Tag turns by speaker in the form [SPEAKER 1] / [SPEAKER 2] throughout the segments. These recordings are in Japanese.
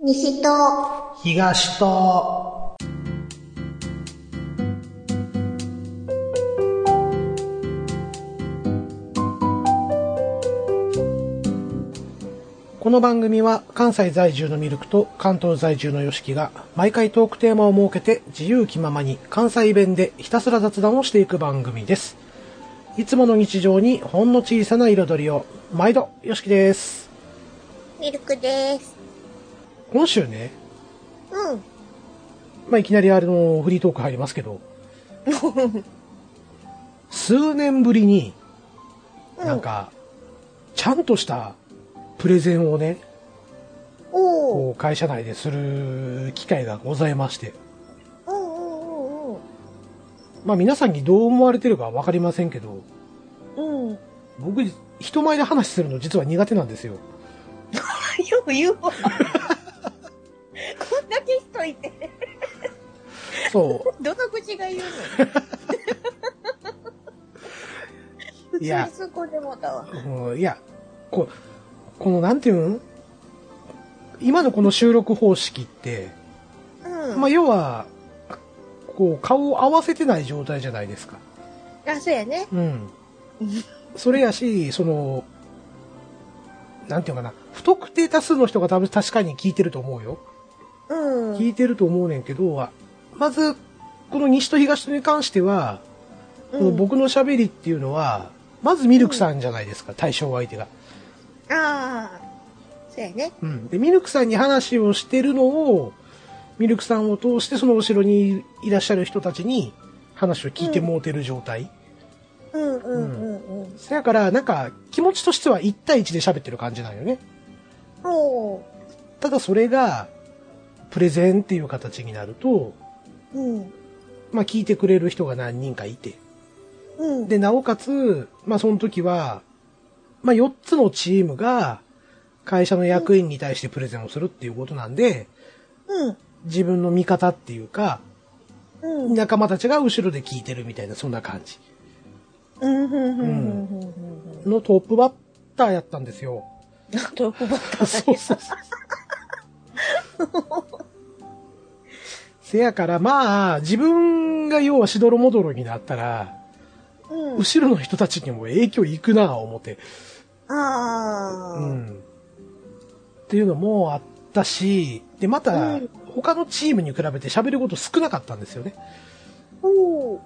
[SPEAKER 1] 西と、
[SPEAKER 2] 東と、この番組は関西在住のミルクと関東在住のヨシキが毎回トークテーマを設けて自由気ままに関西弁でひたすら雑談をしていく番組です。いつもの日常にほんの小さな彩りを毎度ヨシキです。
[SPEAKER 1] ミルクです。
[SPEAKER 2] 今週ね、
[SPEAKER 1] うん。
[SPEAKER 2] まあ、いきなりあのフリートーク入ります けど数年ぶりに
[SPEAKER 1] うん
[SPEAKER 2] なんか、ちゃんとしたプレゼンをね
[SPEAKER 1] おお。
[SPEAKER 2] こう会社内でする機会がございまして、
[SPEAKER 1] うんうんうん
[SPEAKER 2] まあ、皆さんにどう思われてるか分かりませんけど
[SPEAKER 1] うん。うん。 よ
[SPEAKER 2] 僕人前で話するの実は苦手なんですよ
[SPEAKER 1] く言うわ。こ んだけ人いて、
[SPEAKER 2] そ
[SPEAKER 1] どの口が言うの普
[SPEAKER 2] いや
[SPEAKER 1] 通にそこでもだわ。
[SPEAKER 2] う、 うんいやここのなんていうん今のこの収録方式って
[SPEAKER 1] うん。
[SPEAKER 2] まあ、要は、こう、顔を合わせてない状態じゃないですか。
[SPEAKER 1] あ、そうやね。
[SPEAKER 2] うん。それやし、その、なんていうかな、不特定多数の人が多分確かに聞いてると思うよ。
[SPEAKER 1] うん。
[SPEAKER 2] 聞いてると思うねんけど、あまず、この西と東とに関しては、この僕の喋りっていうのは、まずミルクさんじゃないですか、対象相手が。
[SPEAKER 1] うん、ああ。そうやね。
[SPEAKER 2] うん。で、ミルクさんに話をしてるのを、ミルクさんを通してその後ろにいらっしゃる人たちに話を聞いてもうてる状態。
[SPEAKER 1] うんうんうんうん。
[SPEAKER 2] そやから、なんか、気持ちとしては1対1で喋ってる感じなんよね。
[SPEAKER 1] おお。
[SPEAKER 2] ただそれが、プレゼンっていう形になると、
[SPEAKER 1] うん。
[SPEAKER 2] まあ聞いてくれる人が何人かいて。
[SPEAKER 1] うん。
[SPEAKER 2] で、なおかつ、まあその時は、まあ4つのチームが、会社の役員に対してプレゼンをするっていうことなんで、
[SPEAKER 1] うん。
[SPEAKER 2] 自分の味方っていうか、
[SPEAKER 1] うん。
[SPEAKER 2] 仲間たちが後ろで聞いてるみたいな、そんな感じ。
[SPEAKER 1] うんうんうんうんうんうん。
[SPEAKER 2] のトップバッターやったんですよ。
[SPEAKER 1] トップバッター。
[SPEAKER 2] そうそうそう。せやから、まあ、自分が要はしどろもどろになったら、
[SPEAKER 1] うん。
[SPEAKER 2] 後ろの人たちにも影響いくなぁ、思って。
[SPEAKER 1] ああ。
[SPEAKER 2] う。ん。っていうのもあったし、で、ま
[SPEAKER 1] う
[SPEAKER 2] た
[SPEAKER 1] ん、
[SPEAKER 2] 他のチームに比べて喋ること少なかったんですよね。
[SPEAKER 1] おお。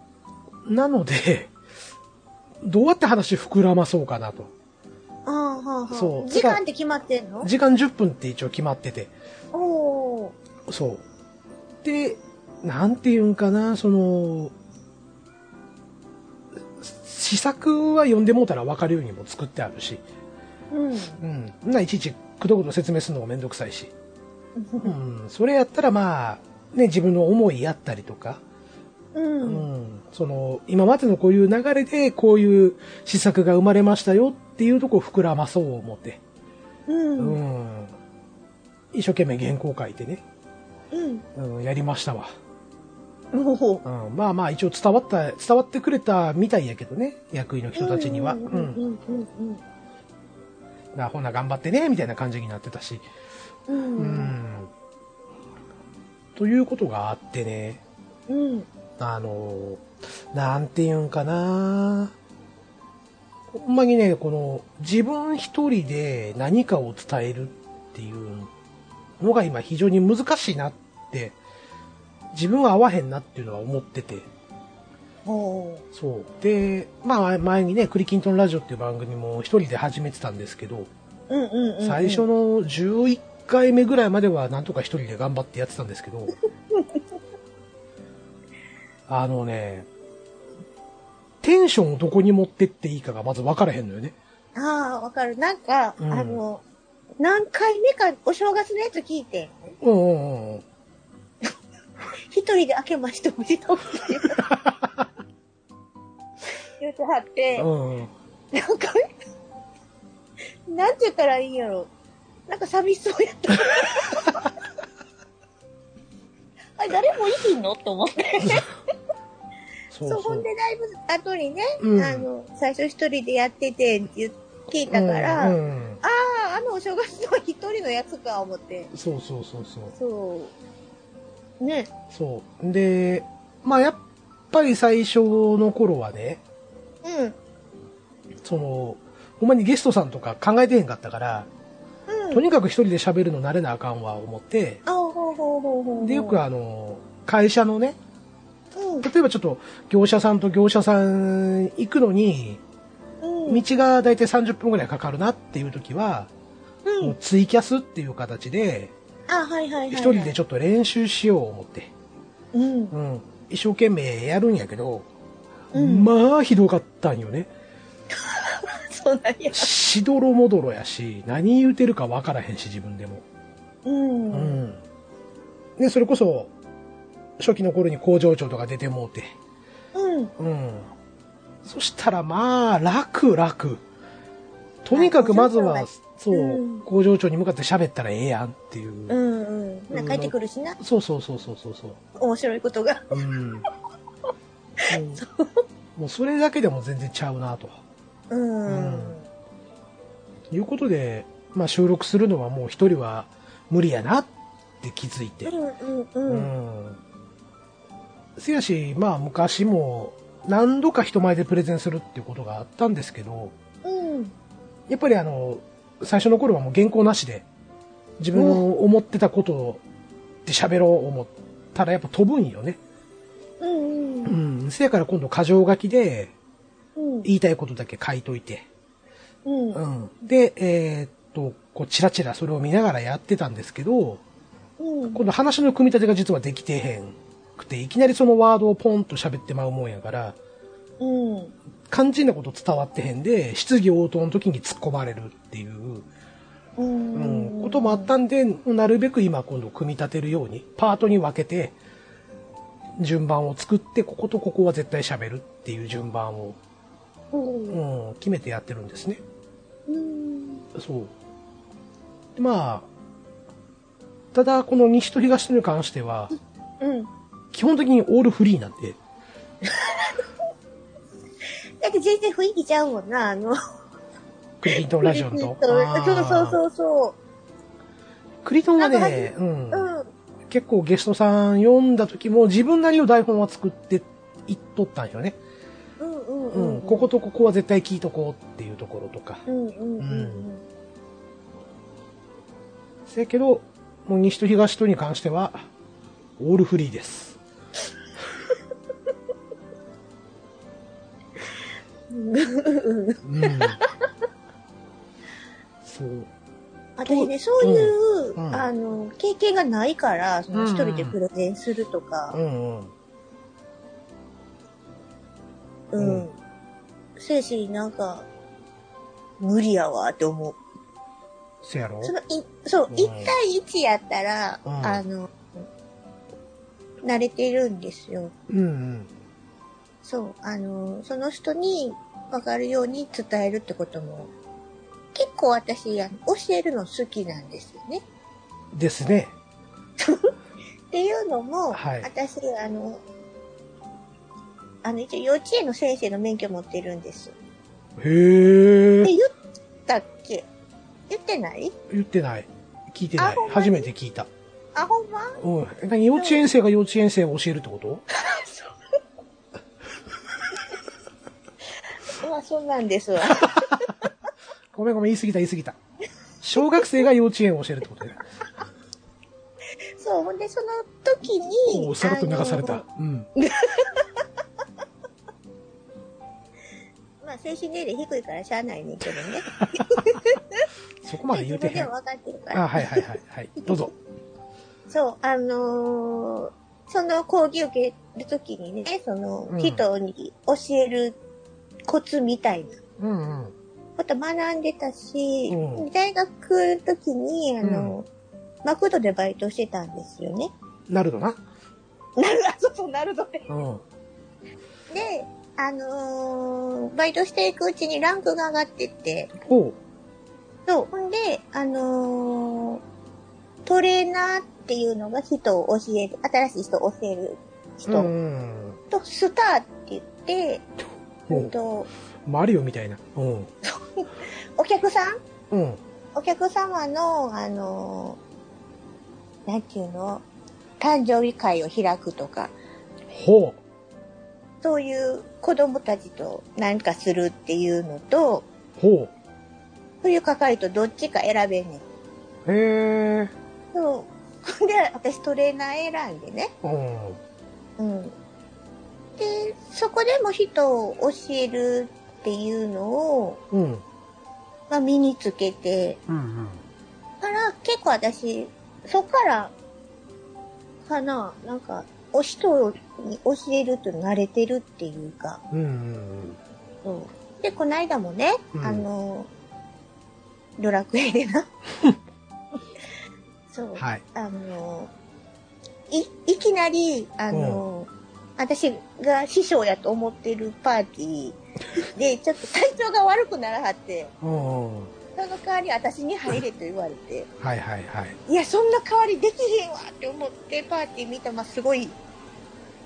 [SPEAKER 2] なので、どうやって話膨らまそうかなと。
[SPEAKER 1] ああ、はあ、はあ。
[SPEAKER 2] そう
[SPEAKER 1] 時間って決まってんの
[SPEAKER 2] 時間10分って一応決まってて。
[SPEAKER 1] おお
[SPEAKER 2] そう。で、なんていうんかな、その、試作は読んでもうたら分かるようにも作ってあるし、
[SPEAKER 1] ー。うん。
[SPEAKER 2] うん。そんないちいちくどくど説明するのもめんどくさいし、うん。それやったらまあ、ね、自分の思いやったりとか、
[SPEAKER 1] う。
[SPEAKER 2] うんん。その、今までのこういう流れで、こういう試作が生まれましたよっていうとこを膨らまそう思って、
[SPEAKER 1] う。
[SPEAKER 2] うん
[SPEAKER 1] うん。
[SPEAKER 2] ん。一生懸命原稿書いてね、うん、やりましたわ。
[SPEAKER 1] おお。
[SPEAKER 2] うん、まあまあ一応伝わった伝わってくれたみたいやけどね役員の人たちには、う
[SPEAKER 1] うん
[SPEAKER 2] ん
[SPEAKER 1] うんうんうん
[SPEAKER 2] なほな頑張ってねみたいな感じになってたし、
[SPEAKER 1] う
[SPEAKER 2] うん
[SPEAKER 1] ん。うん。
[SPEAKER 2] ということがあってね
[SPEAKER 1] うん。
[SPEAKER 2] あのなんて言うんかなほんまにねこの自分一人で何かを伝えるっていうのが今非常に難しいなって自分は合わへんなっていうのは思ってて。
[SPEAKER 1] おお。
[SPEAKER 2] そう。で、まあ前にね、クリキントンラジオっていう番組も一人で始めてたんですけど、
[SPEAKER 1] うんうんうん。
[SPEAKER 2] 最初の11回目ぐらいまではなんとか一人で頑張ってやってたんです けど、あのね、テンションをどこに持ってっていいかがまず分からへんのよね。
[SPEAKER 1] ああ、わかる。なんか、
[SPEAKER 2] うん
[SPEAKER 1] あの、何回目かお正月のやつ聞いて、
[SPEAKER 2] うんうんうんうん。
[SPEAKER 1] 一人で明けましておめでとう って言う言うてはって、
[SPEAKER 2] うんうん、
[SPEAKER 1] なんか、なんて言ったらいいんやろ。なんか寂しそうや った。あれ、誰もいひんのと思って。
[SPEAKER 2] そ
[SPEAKER 1] そうう
[SPEAKER 2] そ
[SPEAKER 1] ほん
[SPEAKER 2] う。
[SPEAKER 1] でライブ後にね、
[SPEAKER 2] うん
[SPEAKER 1] あの、最初一人でやってて、って聞いたから、
[SPEAKER 2] うんうん
[SPEAKER 1] ああ、あのお正月の一人のやつか、思って。
[SPEAKER 2] そうそうそうそう。
[SPEAKER 1] そう。ね。
[SPEAKER 2] そう。で、まあやっぱり最初の頃はね、
[SPEAKER 1] うん。
[SPEAKER 2] その、ほんまにゲストさんとか考えてへんかったから、
[SPEAKER 1] う
[SPEAKER 2] と
[SPEAKER 1] ん。
[SPEAKER 2] にかく一人で喋るの慣れなあかんわ思って、
[SPEAKER 1] あ、ほうほうほうほうほう。
[SPEAKER 2] で、よくあの、会社のね、
[SPEAKER 1] うん。
[SPEAKER 2] 例えばちょっと業者さんと業者さん行くのに、
[SPEAKER 1] うん。
[SPEAKER 2] 道がだいたい30分ぐらいかかるなっていう時は、
[SPEAKER 1] う。
[SPEAKER 2] もうんツイキャスっていう形で、
[SPEAKER 1] あ、はいはいはい、はい。
[SPEAKER 2] 一人でちょっと練習しよう思って、
[SPEAKER 1] うん。
[SPEAKER 2] うん、一生懸命やるんやけど、
[SPEAKER 1] うん
[SPEAKER 2] まあひどかったんよね。
[SPEAKER 1] そうなんや。
[SPEAKER 2] しどろもどろやし、何言うてるかわからへんし、自分でも。
[SPEAKER 1] うん。
[SPEAKER 2] う
[SPEAKER 1] うん。
[SPEAKER 2] ん。ね、それこそ、初期の頃に工場長とか出てもうて、うん。そしたらまあ、楽楽。とにかくまずは、そうう、
[SPEAKER 1] ん
[SPEAKER 2] 工場長に向かって喋ったらええやんっていう。
[SPEAKER 1] うんうん。なんか帰ってくるしな。
[SPEAKER 2] そうそうそうそうそうそう。
[SPEAKER 1] 面白いことが。
[SPEAKER 2] うん。 もうもうそれだけでも全然ちゃうなと。
[SPEAKER 1] うん。
[SPEAKER 2] うんいうことで、まあ収録するのはもう一人は無理やなって気づいて。
[SPEAKER 1] うんう
[SPEAKER 2] うん
[SPEAKER 1] うん。
[SPEAKER 2] ん。せやし、まあ昔も何度か人前でプレゼンするっていうことがあったんですけど、
[SPEAKER 1] うん。
[SPEAKER 2] やっぱりあの、最初の頃はもう原稿なしで、自分の思ってたことで喋ろう思ったらやっぱ飛ぶんよね。
[SPEAKER 1] うんう。
[SPEAKER 2] うんん。せやから今度箇条書きで
[SPEAKER 1] うん。
[SPEAKER 2] 言いたいことだけ書いといて。
[SPEAKER 1] うん。
[SPEAKER 2] うん。で、えーっと、こうチラチラそれを見ながらやってたんですけど、
[SPEAKER 1] うん。
[SPEAKER 2] 今度話の組み立てが実はできてへんくて、いきなりそのワードをポンと喋ってまうもんやから、
[SPEAKER 1] うん。
[SPEAKER 2] 肝心なこと伝わってへんで、質疑応答の時に突っ込まれるっていう、
[SPEAKER 1] う
[SPEAKER 2] うん、
[SPEAKER 1] ん。
[SPEAKER 2] こともあったんで、なるべく今今度組み立てるように、パートに分けて、順番を作って、こことここは絶対喋るっていう順番を、
[SPEAKER 1] うん。
[SPEAKER 2] うん、決めてやってるんですね。
[SPEAKER 1] うん。
[SPEAKER 2] そう。でまあ、ただこの西と東とに関しては、
[SPEAKER 1] うん。
[SPEAKER 2] 基本的にオールフリーなんで、
[SPEAKER 1] だって全然雰囲気ちゃうもんな、あの。
[SPEAKER 2] クリリントンラジオン と。
[SPEAKER 1] そうそう
[SPEAKER 2] う。
[SPEAKER 1] そうそ
[SPEAKER 2] クリトンは
[SPEAKER 1] なんか入
[SPEAKER 2] ね
[SPEAKER 1] っ、
[SPEAKER 2] う
[SPEAKER 1] う。
[SPEAKER 2] ん
[SPEAKER 1] うん。
[SPEAKER 2] 結構ゲストさん読んだ時も自分なりの台本は作っていっとったんよね。
[SPEAKER 1] うんうん
[SPEAKER 2] う。
[SPEAKER 1] うんん。
[SPEAKER 2] こことここは絶対聞いとこうっていうところとか。
[SPEAKER 1] うんうんうん
[SPEAKER 2] せやけど、もう西と東とに関しては、オールフリ ーです。うん。そう。
[SPEAKER 1] 私ね、そういう、
[SPEAKER 2] うん
[SPEAKER 1] あの、経験がないから、その
[SPEAKER 2] うん
[SPEAKER 1] 一人でプレゼンすると
[SPEAKER 2] う
[SPEAKER 1] か、
[SPEAKER 2] んうん。
[SPEAKER 1] う
[SPEAKER 2] うん
[SPEAKER 1] ん。せやし、なんか、無理やわって思う。
[SPEAKER 2] せやろ
[SPEAKER 1] その、い、そう
[SPEAKER 2] う、ん
[SPEAKER 1] 一対一やったら、
[SPEAKER 2] うん
[SPEAKER 1] あの、慣れてるんですよ。
[SPEAKER 2] うんうん。
[SPEAKER 1] そう、あの、その人に分かるように伝えるってことも、結構私、あの教えるの好きなんですよね。
[SPEAKER 2] ですね。
[SPEAKER 1] っていうのも、
[SPEAKER 2] はい
[SPEAKER 1] 私、あの、あの、一応幼稚園の先生の免許持ってるんです。
[SPEAKER 2] へ
[SPEAKER 1] で、
[SPEAKER 2] え。
[SPEAKER 1] 言ったっけ言ってない
[SPEAKER 2] 言ってない。聞いてな
[SPEAKER 1] あ
[SPEAKER 2] い
[SPEAKER 1] ほん。まに
[SPEAKER 2] 初めて聞いた。
[SPEAKER 1] あ、ほんま
[SPEAKER 2] うん。え何幼稚園生が幼稚園生を教えるってこと
[SPEAKER 1] うわ、そうなんです わ。
[SPEAKER 2] ごめんごめん、言い過ぎた言い過ぎた。小学生が幼稚園を教えるってことね。
[SPEAKER 1] そう、ほんで、その時
[SPEAKER 2] お
[SPEAKER 1] に、
[SPEAKER 2] お、さらっと流さ
[SPEAKER 1] あ
[SPEAKER 2] れた
[SPEAKER 1] の。
[SPEAKER 2] うん。
[SPEAKER 1] まあ、精神年齢低いからしゃあないねんけどね。
[SPEAKER 2] そこまで言
[SPEAKER 1] 自
[SPEAKER 2] うて
[SPEAKER 1] 分で
[SPEAKER 2] へん
[SPEAKER 1] も。分かってるから。
[SPEAKER 2] あ、はいはいはい。はい。どうぞ。
[SPEAKER 1] そう、あのーその講義受けるときにね、その
[SPEAKER 2] うん
[SPEAKER 1] 人に教えるコツみたいな
[SPEAKER 2] うんうん。
[SPEAKER 1] こと学んでたし、
[SPEAKER 2] う
[SPEAKER 1] 大学の時に、あの、マクドでバイトしてたんです よね。
[SPEAKER 2] なるのな。
[SPEAKER 1] なる、あ、そうそう、なるどで。
[SPEAKER 2] うん。
[SPEAKER 1] で、あのーバイトしていくうちにランクが上がってって、
[SPEAKER 2] おう。
[SPEAKER 1] そう、ほんで、あのートレーナーっていうのが人を教える、新しい人を教える人。
[SPEAKER 2] うんうん
[SPEAKER 1] と、スターって言って、
[SPEAKER 2] うん。
[SPEAKER 1] う
[SPEAKER 2] お
[SPEAKER 1] ん
[SPEAKER 2] う
[SPEAKER 1] と、
[SPEAKER 2] マリオみたいな。うん。
[SPEAKER 1] お客さん
[SPEAKER 2] うん。
[SPEAKER 1] お客様の、あの、なんていうの誕生日会を開くとか、
[SPEAKER 2] ほ
[SPEAKER 1] そういう子供たちと何かするっていうのと、
[SPEAKER 2] う、ほ
[SPEAKER 1] 冬かかるとどっちか選べんねん。
[SPEAKER 2] う。へえ。
[SPEAKER 1] そう。 で、私トレーナー選んでね。
[SPEAKER 2] うん。
[SPEAKER 1] うん。で、そこでも人を教えるっていうのを、
[SPEAKER 2] うん。
[SPEAKER 1] まあ、身につけて、
[SPEAKER 2] うん
[SPEAKER 1] から結構私、そっから、かな、なんか、お人に教えると慣れてるっていうか、
[SPEAKER 2] うん。う
[SPEAKER 1] う
[SPEAKER 2] ん
[SPEAKER 1] ん。で、こないだもね、
[SPEAKER 2] うん
[SPEAKER 1] あの、ドラクエでな。そうう、
[SPEAKER 2] ん。はい。
[SPEAKER 1] あの、い、いきなり、あの、私が師匠やと思ってるパーティー で、ちょっと体調が悪くならはって、
[SPEAKER 2] うん。は
[SPEAKER 1] その代わり私に入れと言われて、
[SPEAKER 2] いはいはい。
[SPEAKER 1] いや、そんな代わりできへんわって思ってパーティー見たまあ、すごい、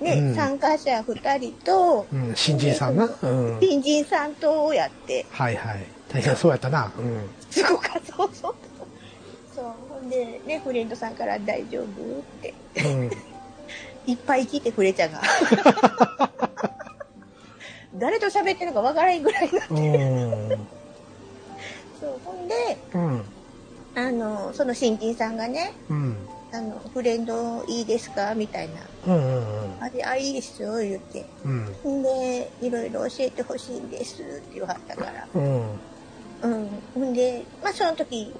[SPEAKER 1] ね、
[SPEAKER 2] うん
[SPEAKER 1] 参加者2人と、
[SPEAKER 2] うん。新人さんな。うん。
[SPEAKER 1] 隣人さんとやって、
[SPEAKER 2] はいはい。大変そうやったな。うん。
[SPEAKER 1] すごかった、そうそう。そう、ほんで、ね、フレンドさんから大丈夫って、
[SPEAKER 2] うん。
[SPEAKER 1] いっぱい聞いてくれちゃ が。誰と喋ってるのかわからへんぐらいな。
[SPEAKER 2] うん。
[SPEAKER 1] そう、ほんで、
[SPEAKER 2] うん。
[SPEAKER 1] あの、その新人さんがね、
[SPEAKER 2] うん。
[SPEAKER 1] あの、フレンドいいですかみたいな。
[SPEAKER 2] うん。
[SPEAKER 1] あれ、あ、いいですよ、言って。
[SPEAKER 2] うん。
[SPEAKER 1] で、いろいろ教えてほしいんですって言わはったから。
[SPEAKER 2] うん。
[SPEAKER 1] うん。ほんで、まあその時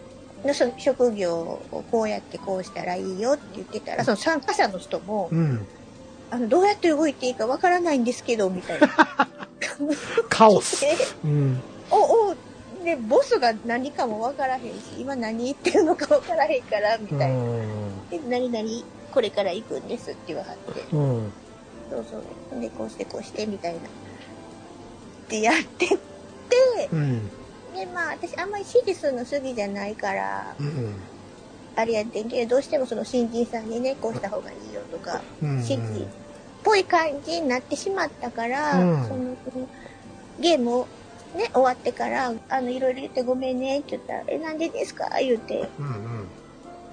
[SPEAKER 1] のその職業をこうやってこうしたらいいよって言ってたら、その参加者の人も、
[SPEAKER 2] うん。
[SPEAKER 1] あの、どうやって動いていいかわからないんですけど、みたい な。
[SPEAKER 2] カオス。うん。
[SPEAKER 1] お、お、で、ボスが何かもわからへんし、今何言ってるのかわからへんから、み
[SPEAKER 2] う
[SPEAKER 1] たいな。
[SPEAKER 2] ん。
[SPEAKER 1] で、何々、これから行くんですって言わはって。
[SPEAKER 2] うん。
[SPEAKER 1] そうそう。ほんで、こうしてこうして、みたいな。ってやってって、
[SPEAKER 2] うん。
[SPEAKER 1] でまあ私あんまり指示するの好きじゃないから
[SPEAKER 2] うん。
[SPEAKER 1] あれやってんけどどうしてもその新人さんにねこうした方がいいよとか
[SPEAKER 2] うん。
[SPEAKER 1] 指示っぽい感じになってしまったから、
[SPEAKER 2] うん
[SPEAKER 1] そのゲームをね終わってからあのいろいろ言ってごめんねって言ったら「えなんでですか?」言うて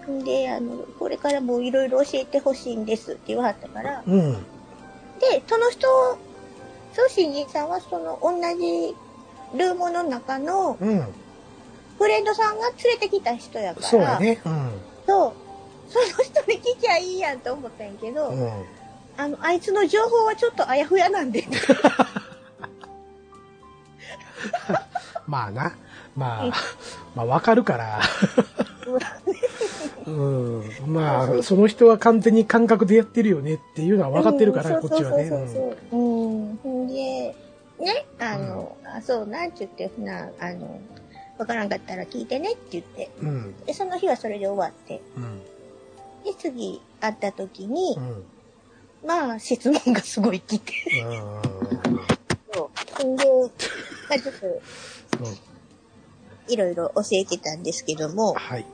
[SPEAKER 2] うん。
[SPEAKER 1] んであの「これからもいろいろ教えてほしいんです」って言わはったから
[SPEAKER 2] うん。
[SPEAKER 1] でその人その新人さんはその同じルームの中の
[SPEAKER 2] うん。
[SPEAKER 1] フレンドさんが連れてきた人やから。
[SPEAKER 2] そうやね。うん。
[SPEAKER 1] そう。その人に聞きゃいいやんと思ったんやけど、
[SPEAKER 2] うん。
[SPEAKER 1] あの、あいつの情報はちょっとあやふやなんで。
[SPEAKER 2] まあな。まあ、まあわかるから。うん。まあ、その人は完全に感覚でやってるよねっていうのは分かってるか
[SPEAKER 1] う
[SPEAKER 2] ら、
[SPEAKER 1] ん
[SPEAKER 2] こっちはね。
[SPEAKER 1] そうそうそうそう。うん。ほんで、ね、あの、あそうなんちゅって、な、あの、わからんかったら聞いてねって言って。
[SPEAKER 2] うん。
[SPEAKER 1] で、その日はそれで終わって。
[SPEAKER 2] うん。
[SPEAKER 1] で、次会った時に
[SPEAKER 2] う、ん。
[SPEAKER 1] まあ、質問がすごい来て。そうほんで、まあちょっと、いろいろ教えてたんですけども、
[SPEAKER 2] はい。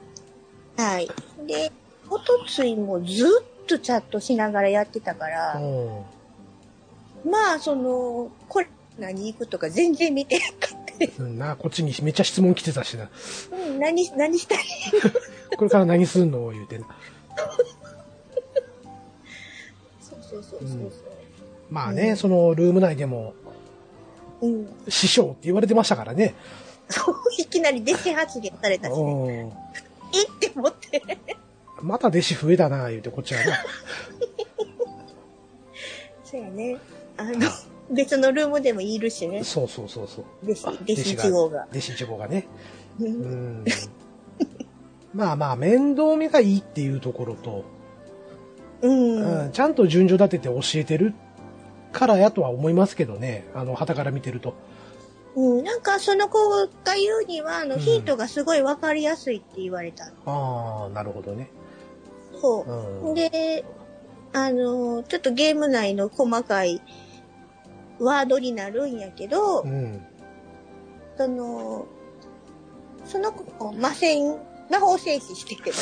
[SPEAKER 1] はい。で、おとついもずっとチャットしながらやってたから、まあ、その、コロナに行くとか全然見てなかったです。
[SPEAKER 2] うん。な、こっちにめっちゃ質問来てたしな。
[SPEAKER 1] うん、何、何したい
[SPEAKER 2] これから何すんの言うてな。
[SPEAKER 1] そうそうそう
[SPEAKER 2] う
[SPEAKER 1] そ
[SPEAKER 2] ん
[SPEAKER 1] う。
[SPEAKER 2] まあね、そのルーム内でも
[SPEAKER 1] うん。
[SPEAKER 2] 師匠って言われてましたからね。
[SPEAKER 1] そう、いきなり弟子発言されたし、え
[SPEAKER 2] うん。
[SPEAKER 1] って思って。
[SPEAKER 2] また弟子増えたな、言うて、こっちはな。
[SPEAKER 1] そうやね。あの、別のルームでもいるしね、
[SPEAKER 2] そうそうそうそう。
[SPEAKER 1] 弟子、弟子1号が。
[SPEAKER 2] 弟子1号がね。
[SPEAKER 1] う
[SPEAKER 2] う んん。まあまあ、面倒見がいいっていうところと、
[SPEAKER 1] うん。
[SPEAKER 2] うん、ちゃんと順序立てて教えてるからやとは思いますけどね。あの、旗から見てると。
[SPEAKER 1] うん。なんか、その子が言うには、あの、
[SPEAKER 2] うん
[SPEAKER 1] ヒントがすごいわかりやすいって言われた。
[SPEAKER 2] ああ、なるほどね。
[SPEAKER 1] そう。
[SPEAKER 2] うん。
[SPEAKER 1] で、あの、ちょっとゲーム内の細かいワードになるんやけど、
[SPEAKER 2] うん。
[SPEAKER 1] その、その子を魔戦、魔法戦士してるけど、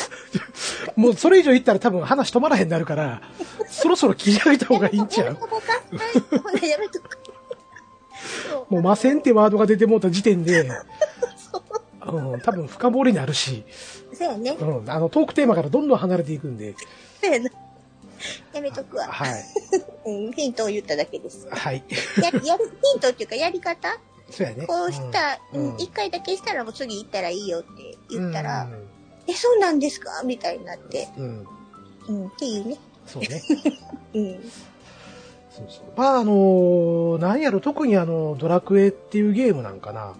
[SPEAKER 2] もうそれ以上言ったら多分話止まらへんなる から、そろそろ切り上げた方がいいんちゃ
[SPEAKER 1] やめ
[SPEAKER 2] う
[SPEAKER 1] とこうか。ほんでやめとこう。
[SPEAKER 2] もう魔線ってワードが出てもうた時点で、
[SPEAKER 1] そう。
[SPEAKER 2] あうん、多分深掘りになるし、
[SPEAKER 1] そうやね。
[SPEAKER 2] うん、あの、トークテーマからどんどん離れていくんで、
[SPEAKER 1] そうやな。やめとくわ。
[SPEAKER 2] はい。
[SPEAKER 1] うん、ヒントを言っただけです。
[SPEAKER 2] はい。
[SPEAKER 1] や、 やる、ヒントっていうかやり方
[SPEAKER 2] そうやね。
[SPEAKER 1] こうした、
[SPEAKER 2] う
[SPEAKER 1] うんん、一、回だけしたらもう次行ったらいいよって言ったら、
[SPEAKER 2] うん、
[SPEAKER 1] え、そうなんですかみたいになって、
[SPEAKER 2] うん、
[SPEAKER 1] うん、っていうね。
[SPEAKER 2] そうね。
[SPEAKER 1] うん。
[SPEAKER 2] そうそう。まあ、あのーなんやろ、特にあの、ドラクエっていうゲームなんかな。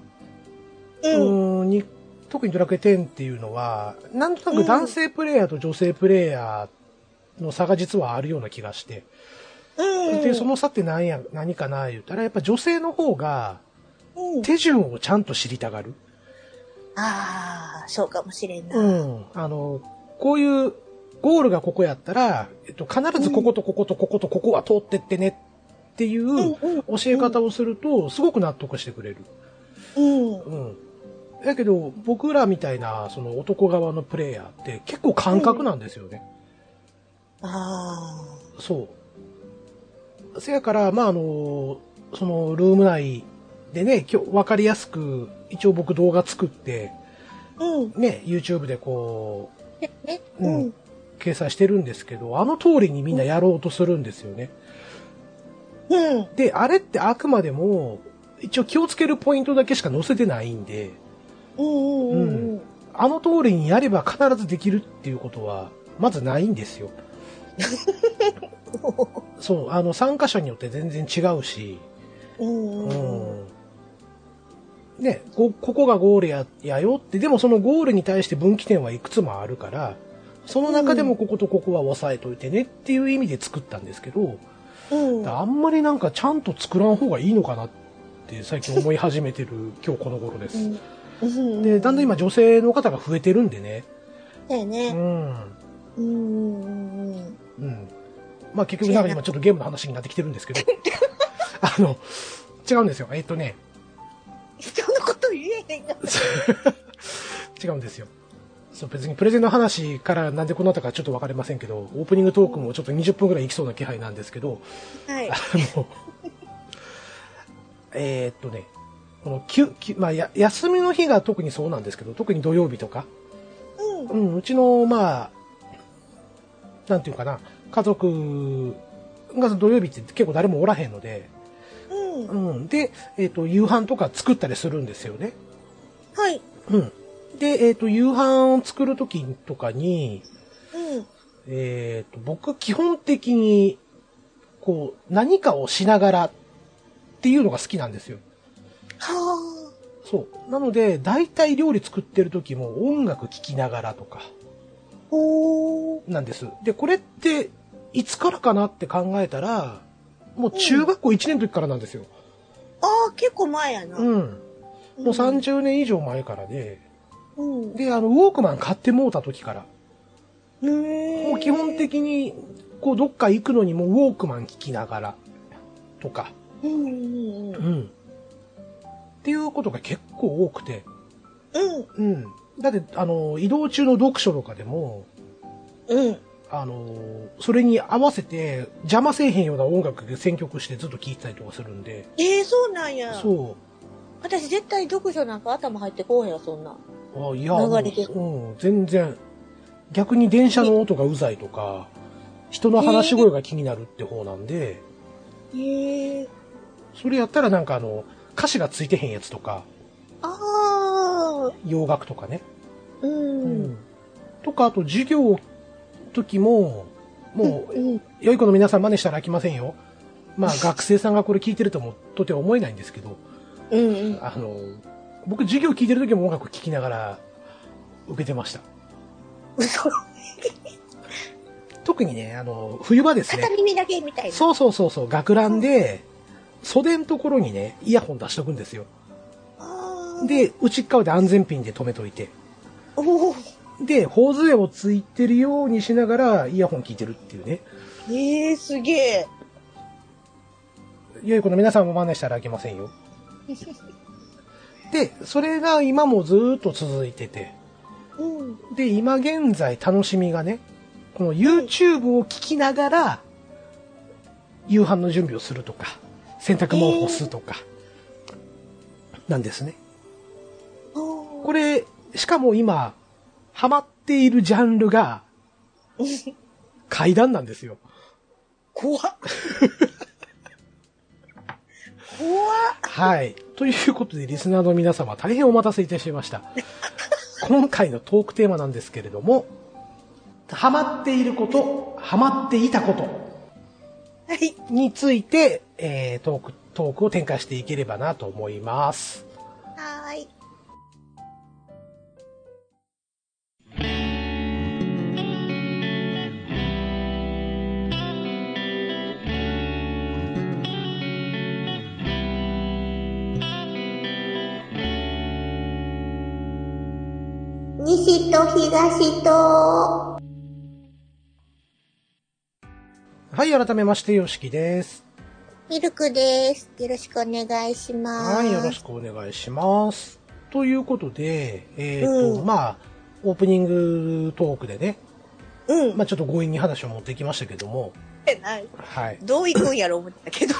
[SPEAKER 1] うん。
[SPEAKER 2] うーんに特にドラクエ10っていうのは、なんとなく男性プレイヤーと女性プレイヤーの差が実はあるような気がして。
[SPEAKER 1] うん。
[SPEAKER 2] で、その差って何や、何かな言うたら、やっぱ女性の方が
[SPEAKER 1] うん、
[SPEAKER 2] 手順をちゃんと知りたがる。
[SPEAKER 1] ああ、そうかもしれんな。
[SPEAKER 2] う
[SPEAKER 1] うん。。
[SPEAKER 2] ん。あの、こういうゴールがここやったら、えっと、必ずこことこことこことここは通ってってねっていううん教え方をすると、すごく納得してくれる。
[SPEAKER 1] うん。
[SPEAKER 2] うん。だけど、僕らみたいな、その男側のプレイヤーって結構感覚なんですよね。
[SPEAKER 1] あ
[SPEAKER 2] そう。せやから、まあ、あの、その、ルーム内でね、今日、わかりやすく、一応僕動画作って、
[SPEAKER 1] あ。うん。
[SPEAKER 2] ね、YouTube でこう、
[SPEAKER 1] ね。
[SPEAKER 2] う
[SPEAKER 1] うんん。
[SPEAKER 2] 掲載してるんですけど、あの通りにみんなやろうとするんですよね。
[SPEAKER 1] うん。
[SPEAKER 2] で、あれってあくまでも、一応気をつけるポイントだけしか載せてないんで、
[SPEAKER 1] うん。うん。うん。
[SPEAKER 2] あの通りにやれば必ずできるっていうことは、まずないんですよ。そう、あの、参加者によって全然違うし、
[SPEAKER 1] うん。うん。
[SPEAKER 2] ね、こ、ここがゴールや、やよって、でもそのゴールに対して分岐点はいくつもあるから、その中でもこことここは押さえといてねっていう意味で作ったんですけど、
[SPEAKER 1] うん。
[SPEAKER 2] あんまりなんかちゃんと作らん方がいいのかなって最近思い始めてる今日この頃です。
[SPEAKER 1] うん。
[SPEAKER 2] で、だんだん今女性の方が増えてるんでね。
[SPEAKER 1] だよ
[SPEAKER 2] う
[SPEAKER 1] ね。
[SPEAKER 2] ん。
[SPEAKER 1] うん。うん。うん。
[SPEAKER 2] うん。まあ結局なんか今ちょっとゲームの話になってきてるんですけど。 あの、違うんですよ。えっとね、
[SPEAKER 1] 人のこと言えへんが。
[SPEAKER 2] 違うんですよ。そう、別にプレゼンの話からなんでこうなったかちょっとわかりませんけど、オープニングトークもちょっと20分ぐらいいきそうな気配なんですけど、
[SPEAKER 1] はい
[SPEAKER 2] あ。の、えーっとね、この、きゅ、きゅまあ、や、休みの日が特にそうなんですけど、特に土曜日とか、
[SPEAKER 1] うん。
[SPEAKER 2] うん、うちの、まあ、なんていうかな、家族が土曜日って結構誰もおらへんので、
[SPEAKER 1] うん。
[SPEAKER 2] うん、で、えっ、と、夕飯とか作ったりするんですよね。
[SPEAKER 1] はい。
[SPEAKER 2] うん。で、えっ、と、夕飯を作るときとかに、
[SPEAKER 1] うん。
[SPEAKER 2] えっ、と、僕、基本的に、こう、何かをしながらっていうのが好きなんですよ。
[SPEAKER 1] は
[SPEAKER 2] そう。なので、大体料理作ってるときも音楽聴きながらとか、
[SPEAKER 1] あ。おー。
[SPEAKER 2] なんです。で、これって、いつからかなって考えたら、もう中学校1年の時からなんですよ。
[SPEAKER 1] ああ、結構前やな。
[SPEAKER 2] うん。もう30年以上前からで、
[SPEAKER 1] うん。
[SPEAKER 2] で、あの、ウォークマン買ってもうた時から、
[SPEAKER 1] も
[SPEAKER 2] もう基本的に、こう、どっか行くのにもうウォークマン聞きながら、とか、
[SPEAKER 1] うんうんうん
[SPEAKER 2] う。ん。っていうことが結構多くて、
[SPEAKER 1] うん。
[SPEAKER 2] うん。だって、あの、移動中の読書とかでも、
[SPEAKER 1] うん。
[SPEAKER 2] あの、それに合わせて邪魔せえへんような音楽で選曲してずっと聴いてたりとかするんで、
[SPEAKER 1] ええそうなんや。
[SPEAKER 2] そ
[SPEAKER 1] 私絶対読書なんか頭入ってこうへんわ、そんなん。
[SPEAKER 2] う。あいや、
[SPEAKER 1] 流れてる
[SPEAKER 2] うん、全然。逆に電車の音がうざいとか、人の話し声が気になるって方なんで、
[SPEAKER 1] ええ
[SPEAKER 2] それやったらなんかあの、歌詞がついてへんやつとか、
[SPEAKER 1] ああ。
[SPEAKER 2] 洋楽とかね。
[SPEAKER 1] うん。うん。
[SPEAKER 2] とか、あと授業の時も、もう、
[SPEAKER 1] うん。
[SPEAKER 2] 良い子の皆さん真似したら飽きませんよ。ま あ学生さんがこれ聞いてるとも、とては思えないんですけど、
[SPEAKER 1] うん。
[SPEAKER 2] あの、僕授業聞いてる時も音楽聴きながら受けてました。
[SPEAKER 1] 嘘。
[SPEAKER 2] 特にね、あの、冬場ですね
[SPEAKER 1] 片。耳だけみたいな。
[SPEAKER 2] そうそうそうそう、学ランで、袖のところにね、イヤホン出しとくんですよ。
[SPEAKER 1] ああ。、
[SPEAKER 2] で、内っ側で安全ピンで止めといて。
[SPEAKER 1] おお。
[SPEAKER 2] で、頬杖をついてるようにしながら、イヤホン聞いてるっていうね。
[SPEAKER 1] ええすげえ。
[SPEAKER 2] 良い子の皆さんも真似したらあきませんよ。で、それが今もずーっと続いてて。
[SPEAKER 1] うん。
[SPEAKER 2] で、今現在楽しみがね、この YouTube を聞きながら、夕飯の準備をするとか、洗濯物を干すとか、なんですね。
[SPEAKER 1] こ
[SPEAKER 2] ここれ、しかも今、ハマっているジャンルが、階段なんですよ。
[SPEAKER 1] 怖っ。怖っ。
[SPEAKER 2] はい。ということで、リスナーの皆様、大変お待たせいたしま した。今回のトークテーマなんですけれども、ハマっていること、ハマっていたこと
[SPEAKER 1] はい。
[SPEAKER 2] について、えー、トーク、トークを展開していければなと思います。
[SPEAKER 1] はーい。西と東と。
[SPEAKER 2] はい、改めまして、よしきです。
[SPEAKER 1] ミルクです。よろしくお願いします。
[SPEAKER 2] はい、よろしくお願いします。ということで、えっ、と、
[SPEAKER 1] うん
[SPEAKER 2] まあ、オープニングトークでね、
[SPEAKER 1] うん。
[SPEAKER 2] まあちょっと強引に話を持ってきましたけども、
[SPEAKER 1] ってない。
[SPEAKER 2] はい。
[SPEAKER 1] どう行くんやろ思ったけど。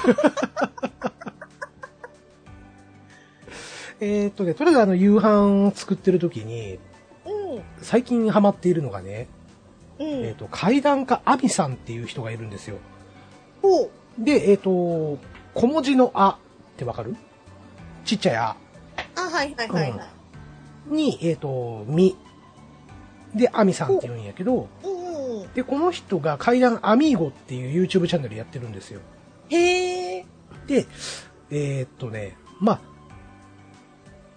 [SPEAKER 2] えっ、とね、とりあえずあの、夕飯作ってる時に、
[SPEAKER 1] うん。
[SPEAKER 2] 最近ハマっているのがね、
[SPEAKER 1] う
[SPEAKER 2] えっ、
[SPEAKER 1] ん。
[SPEAKER 2] と、階段家アミさんっていう人がいるんですよ。
[SPEAKER 1] ほう。
[SPEAKER 2] で、えっ、と、小文字のあってわかるちっちゃいあ
[SPEAKER 1] あ、はいはいはいはい。
[SPEAKER 2] に、えっ、と、み。で、アミさんって言うんやけど、
[SPEAKER 1] うん。
[SPEAKER 2] で、この人が階段アミーゴっていう YouTube チャンネルやってるんですよ。
[SPEAKER 1] へえ。
[SPEAKER 2] で、えーっとね、まあ、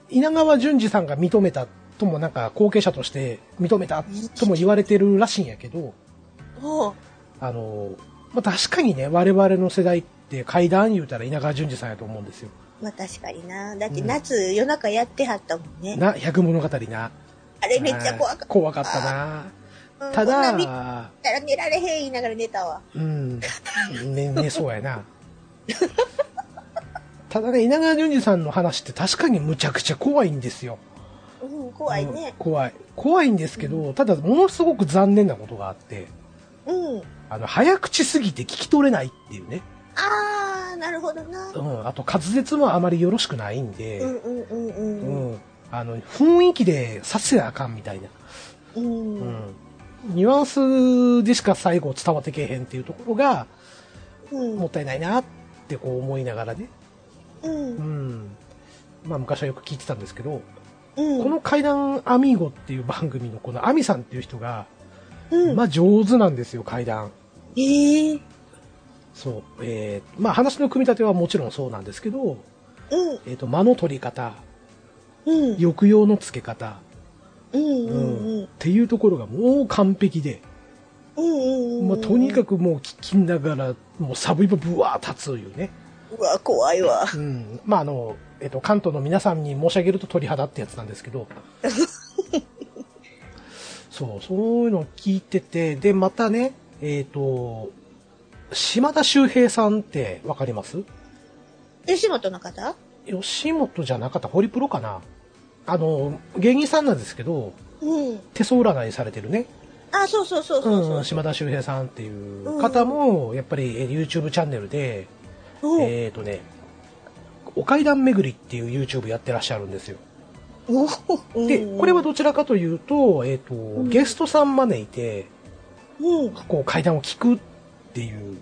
[SPEAKER 2] 稲川淳二さんが認めたともなんか後継者として認めたとも言われてるらしいんやけど、
[SPEAKER 1] ほう。
[SPEAKER 2] あの、まあ、確かにね、我々の世代って階段言うたら稲川淳二さんやと思うんですよ。
[SPEAKER 1] まあ確かにな。だって夏、夜中やってはったもんね。
[SPEAKER 2] な、百物語な。
[SPEAKER 1] あれめっちゃ怖か
[SPEAKER 2] あー怖かったな。
[SPEAKER 1] った。
[SPEAKER 2] た
[SPEAKER 1] うんこんなん見
[SPEAKER 2] だ、
[SPEAKER 1] たら寝られへん言いながら寝たわ。
[SPEAKER 2] うん。ね、ね、そうやな。ただね、稲川淳二さんの話って確かにむちゃくちゃ怖いんですよ。
[SPEAKER 1] うん、怖いね
[SPEAKER 2] うん。怖い。怖いんですけど、ただ、ものすごく残念なことがあって、
[SPEAKER 1] うん。
[SPEAKER 2] あの、早口すぎて聞き取れないっていうね。
[SPEAKER 1] あー、なるほどな
[SPEAKER 2] う。ん。あと、滑舌もあまりよろしくないん
[SPEAKER 1] う
[SPEAKER 2] で、
[SPEAKER 1] んうんうん
[SPEAKER 2] う
[SPEAKER 1] うん。
[SPEAKER 2] ん。あの、雰囲気でさせなあかんみたいな。
[SPEAKER 1] うん。
[SPEAKER 2] う
[SPEAKER 1] うん
[SPEAKER 2] ん。ニュアンスでしか最後伝わってけへんっていうところが、もったいないなってこう思いながらね。
[SPEAKER 1] うん
[SPEAKER 2] う。ん。まあ、昔はよく聞いてたんですけど、
[SPEAKER 1] うん。
[SPEAKER 2] この階段アミーゴっていう番組のこのアミさんっていう人が、
[SPEAKER 1] うん。
[SPEAKER 2] まあ、上手なんですよ、階段。
[SPEAKER 1] えー。
[SPEAKER 2] そう、えーまあ話の組み立てはもちろんそうなんですけど、
[SPEAKER 1] うん。
[SPEAKER 2] えっ、と、間の取り方、
[SPEAKER 1] うん。
[SPEAKER 2] 抑揚のつけ方、
[SPEAKER 1] うんう
[SPEAKER 2] うん
[SPEAKER 1] んうん。
[SPEAKER 2] っていうところがもう完璧で、
[SPEAKER 1] うんうんうん。
[SPEAKER 2] まあとにかくもう聞きながら、もうサブイブブワー立つというね、
[SPEAKER 1] く。うわ、怖いわ。
[SPEAKER 2] うん、まああの、えっ、と、関東の皆さんに申し上げると鳥肌ってやつなんです けど、そう、そういうのを聞いてて、で、またね、えっ、と、島田秀平さんってわかります
[SPEAKER 1] 吉本の方
[SPEAKER 2] 吉本じゃなかった、ホリプロかな。あの、芸人さんなんですけど、
[SPEAKER 1] うん。
[SPEAKER 2] 手相占いされてるね。
[SPEAKER 1] あ、そうそうそうそう
[SPEAKER 2] う
[SPEAKER 1] そ
[SPEAKER 2] ん、
[SPEAKER 1] う。
[SPEAKER 2] 島田秀平さんっていう方も、やっぱりえー YouTube チャンネルで、
[SPEAKER 1] うん
[SPEAKER 2] えっ、とね、お階段巡りっていう YouTube やってらっしゃるんですよ。
[SPEAKER 1] うん
[SPEAKER 2] で、これは、どちらかというと、えっ、と、
[SPEAKER 1] ん
[SPEAKER 2] ゲストさん招いて、
[SPEAKER 1] うん。
[SPEAKER 2] こう階段を聞くっていう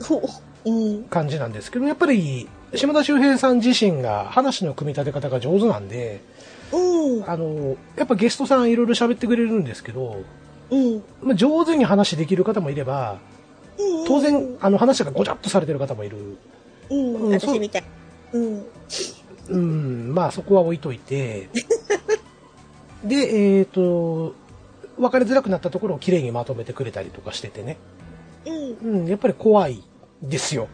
[SPEAKER 1] ほう。うん。
[SPEAKER 2] 感じなんですけど、やっぱり、島田秀平さん自身が話の組み立て方が上手なんで、
[SPEAKER 1] うん。
[SPEAKER 2] あの、やっぱゲストさんいろいろ喋ってくれるんですけど、
[SPEAKER 1] うん。
[SPEAKER 2] まあ、上手に話できる方もいれば、当
[SPEAKER 1] う
[SPEAKER 2] 然
[SPEAKER 1] ん、
[SPEAKER 2] あの話がごちゃっとされてる方もいる。
[SPEAKER 1] うん、
[SPEAKER 2] うんそう
[SPEAKER 1] 私みたい。うん。
[SPEAKER 2] うん、まあそこは置いといて。で、えっ、と、分かりづらくなったところを綺麗にまとめてくれたりとかしててね。
[SPEAKER 1] うん。
[SPEAKER 2] うん、やっぱり怖いですよ。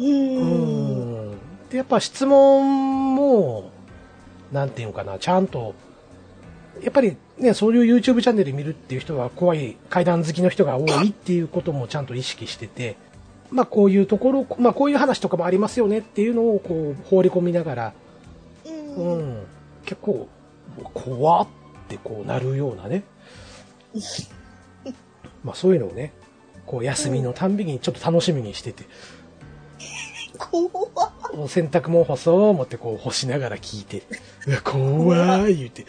[SPEAKER 2] う
[SPEAKER 1] うん。
[SPEAKER 2] ん。で、やっぱ質問も、なんていうのかな、ちゃんと、やっぱりね、そういう YouTube チャンネル見るっていう人は怖い階段好きの人が多いっていうこともちゃんと意識してて、まあこういうところ、まあこういう話とかもありますよねっていうのをこう放り込みながら、う
[SPEAKER 1] うん。
[SPEAKER 2] ん、結構、怖ってこうなるようなね、まあそういうのをね、こう休みのたんびにちょっと楽しみにしてて、
[SPEAKER 1] 怖っ
[SPEAKER 2] お洗濯物干そう思ってこう干しながら聞いて、うわ、怖い言うて。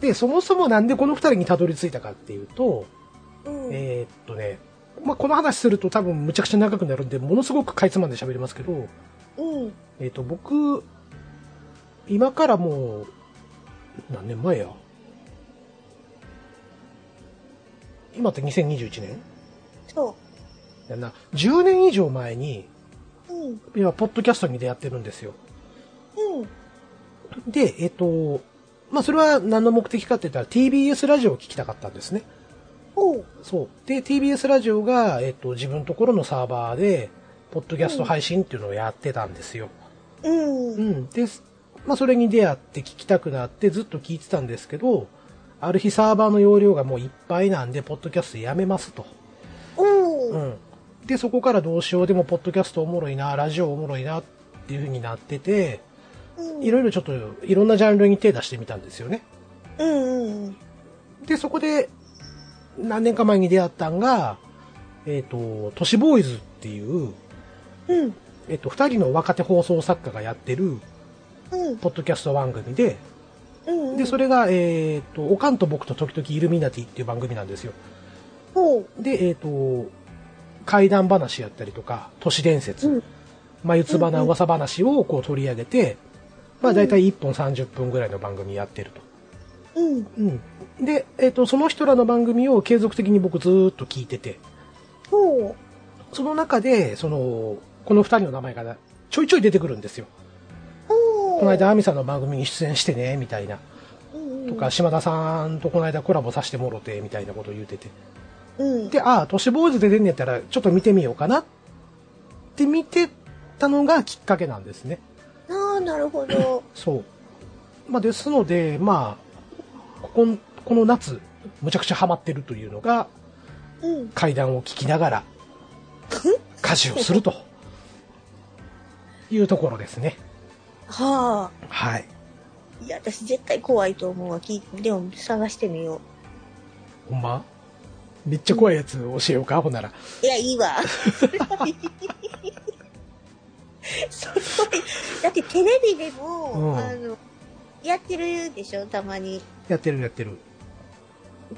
[SPEAKER 2] で、そもそもなんでこの二人にたどり着いたかっていうと、
[SPEAKER 1] うん。
[SPEAKER 2] えーっとね、まあ、この話すると多分むちゃくちゃ長くなるんで、ものすごくかいつまんで喋りますけど、
[SPEAKER 1] うん。
[SPEAKER 2] えっ、と、僕、今からもう、何年前や今って2021年
[SPEAKER 1] そ
[SPEAKER 2] やな。10年以上前に、
[SPEAKER 1] う。うん。
[SPEAKER 2] 今、ポッドキャストに出会ってるんですよ。
[SPEAKER 1] うん。
[SPEAKER 2] で、えっ、と、まあ、それは何の目的かって言ったら TBS ラジオを聞きたかったんですね。
[SPEAKER 1] おう。
[SPEAKER 2] そう。で、TBS ラジオが、えっ、と、自分のところのサーバーで、ポッドキャスト配信っていうのをやってたんですよ。
[SPEAKER 1] うん。う。
[SPEAKER 2] うんん、で、まあ、それに出会って聞きたくなってずっと聞いてたんですけど、ある日サーバーの容量がもういっぱいなんで、ポッドキャストやめますと。
[SPEAKER 1] お
[SPEAKER 2] う
[SPEAKER 1] う。
[SPEAKER 2] ん。で、そこからどうしようでも、ポッドキャストおもろいな、ラジオおもろいなっていう風になってて、
[SPEAKER 1] うん。
[SPEAKER 2] いろいろちょっと、いろんなジャンルに手出してみたんですよね。
[SPEAKER 1] うん。うん。
[SPEAKER 2] で、そこで、何年か前に出会ったんが、えっ、と、都市ボーイズっていう、
[SPEAKER 1] うん。
[SPEAKER 2] えっ、と、二人の若手放送作家がやってる、
[SPEAKER 1] うん。
[SPEAKER 2] ポッドキャスト番組で、
[SPEAKER 1] うん。
[SPEAKER 2] で、そ
[SPEAKER 1] れ。
[SPEAKER 2] れが、えっ、と、おかんと僕と時々イルミナティっていう番組なんですよ。
[SPEAKER 1] おう。
[SPEAKER 2] で、えっ、と、怪談話やったりとか、都市伝
[SPEAKER 1] う
[SPEAKER 2] 説
[SPEAKER 1] ん、
[SPEAKER 2] 眉唾
[SPEAKER 1] うん
[SPEAKER 2] な
[SPEAKER 1] うん
[SPEAKER 2] 噂話をこう取り上げて、まあ大体1本30分ぐらいの番組やってると。
[SPEAKER 1] うん。
[SPEAKER 2] うん。で、えっ、と、その人らの番組を継続的に僕ずーっと聞いてて、
[SPEAKER 1] おう。
[SPEAKER 2] その中で、その、この2人の名前がちょいちょい出てくるんですよ。
[SPEAKER 1] おう。
[SPEAKER 2] この間、アミさんの番組に出演してね、みたいな。
[SPEAKER 1] うん、うん。
[SPEAKER 2] とか、島田さんとこの間コラボさせてもろて、みたいなこと言うてて。
[SPEAKER 1] うん。
[SPEAKER 2] で、ああ、都市ボーイズで出んねやったら、ちょっと見てみようかなって見てたのがきっかけなんですね。
[SPEAKER 1] ああ、なるほど。
[SPEAKER 2] そう。まあ、ですので、まあ、ここん、この夏、むちゃくちゃハマってるというのが、
[SPEAKER 1] うん。
[SPEAKER 2] 階段を聞きながら、家事をすると。いうところですね。
[SPEAKER 1] はあ。
[SPEAKER 2] はい。
[SPEAKER 1] いや、私絶対怖いと思うわ。きでも探してみよ
[SPEAKER 2] ほんまめっちゃ怖いやつ教えようか、ほんなら。
[SPEAKER 1] う。いや、いいわ。 それはいいだってテレビでも、
[SPEAKER 2] うん
[SPEAKER 1] あの、やってるでしょ、たまに。
[SPEAKER 2] やってるやってる。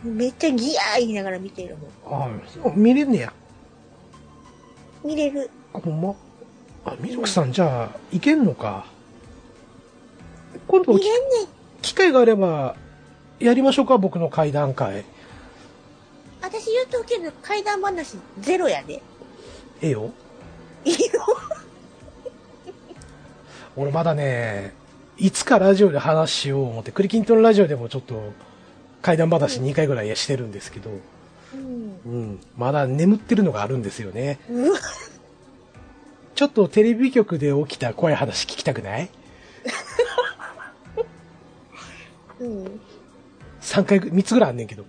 [SPEAKER 1] めっちゃギヤー言いながら見てるもん。
[SPEAKER 2] ああ、見れんねや。
[SPEAKER 1] 見れる。
[SPEAKER 2] あほんまあ、ミルクさん、じゃあ、いけんのか。今度
[SPEAKER 1] 見れん
[SPEAKER 2] き、
[SPEAKER 1] ねん。
[SPEAKER 2] 機会があれば、やりましょうか、僕の会談会。
[SPEAKER 1] 私言うとけど、怪談話ゼロやで。
[SPEAKER 2] ええよ。
[SPEAKER 1] いいよ。
[SPEAKER 2] 俺まだね、いつかラジオで話しよう思って、クリキントンラジオでもちょっと、会談話2回ぐらいしてるんですけど、
[SPEAKER 1] うん。
[SPEAKER 2] うん。まだ眠ってるのがあるんですよね。
[SPEAKER 1] うわ
[SPEAKER 2] ちょっとテレビ局で起きた怖い話聞きたくない
[SPEAKER 1] うん。
[SPEAKER 2] ?3 回ぐ、3つぐらいあんねんけど。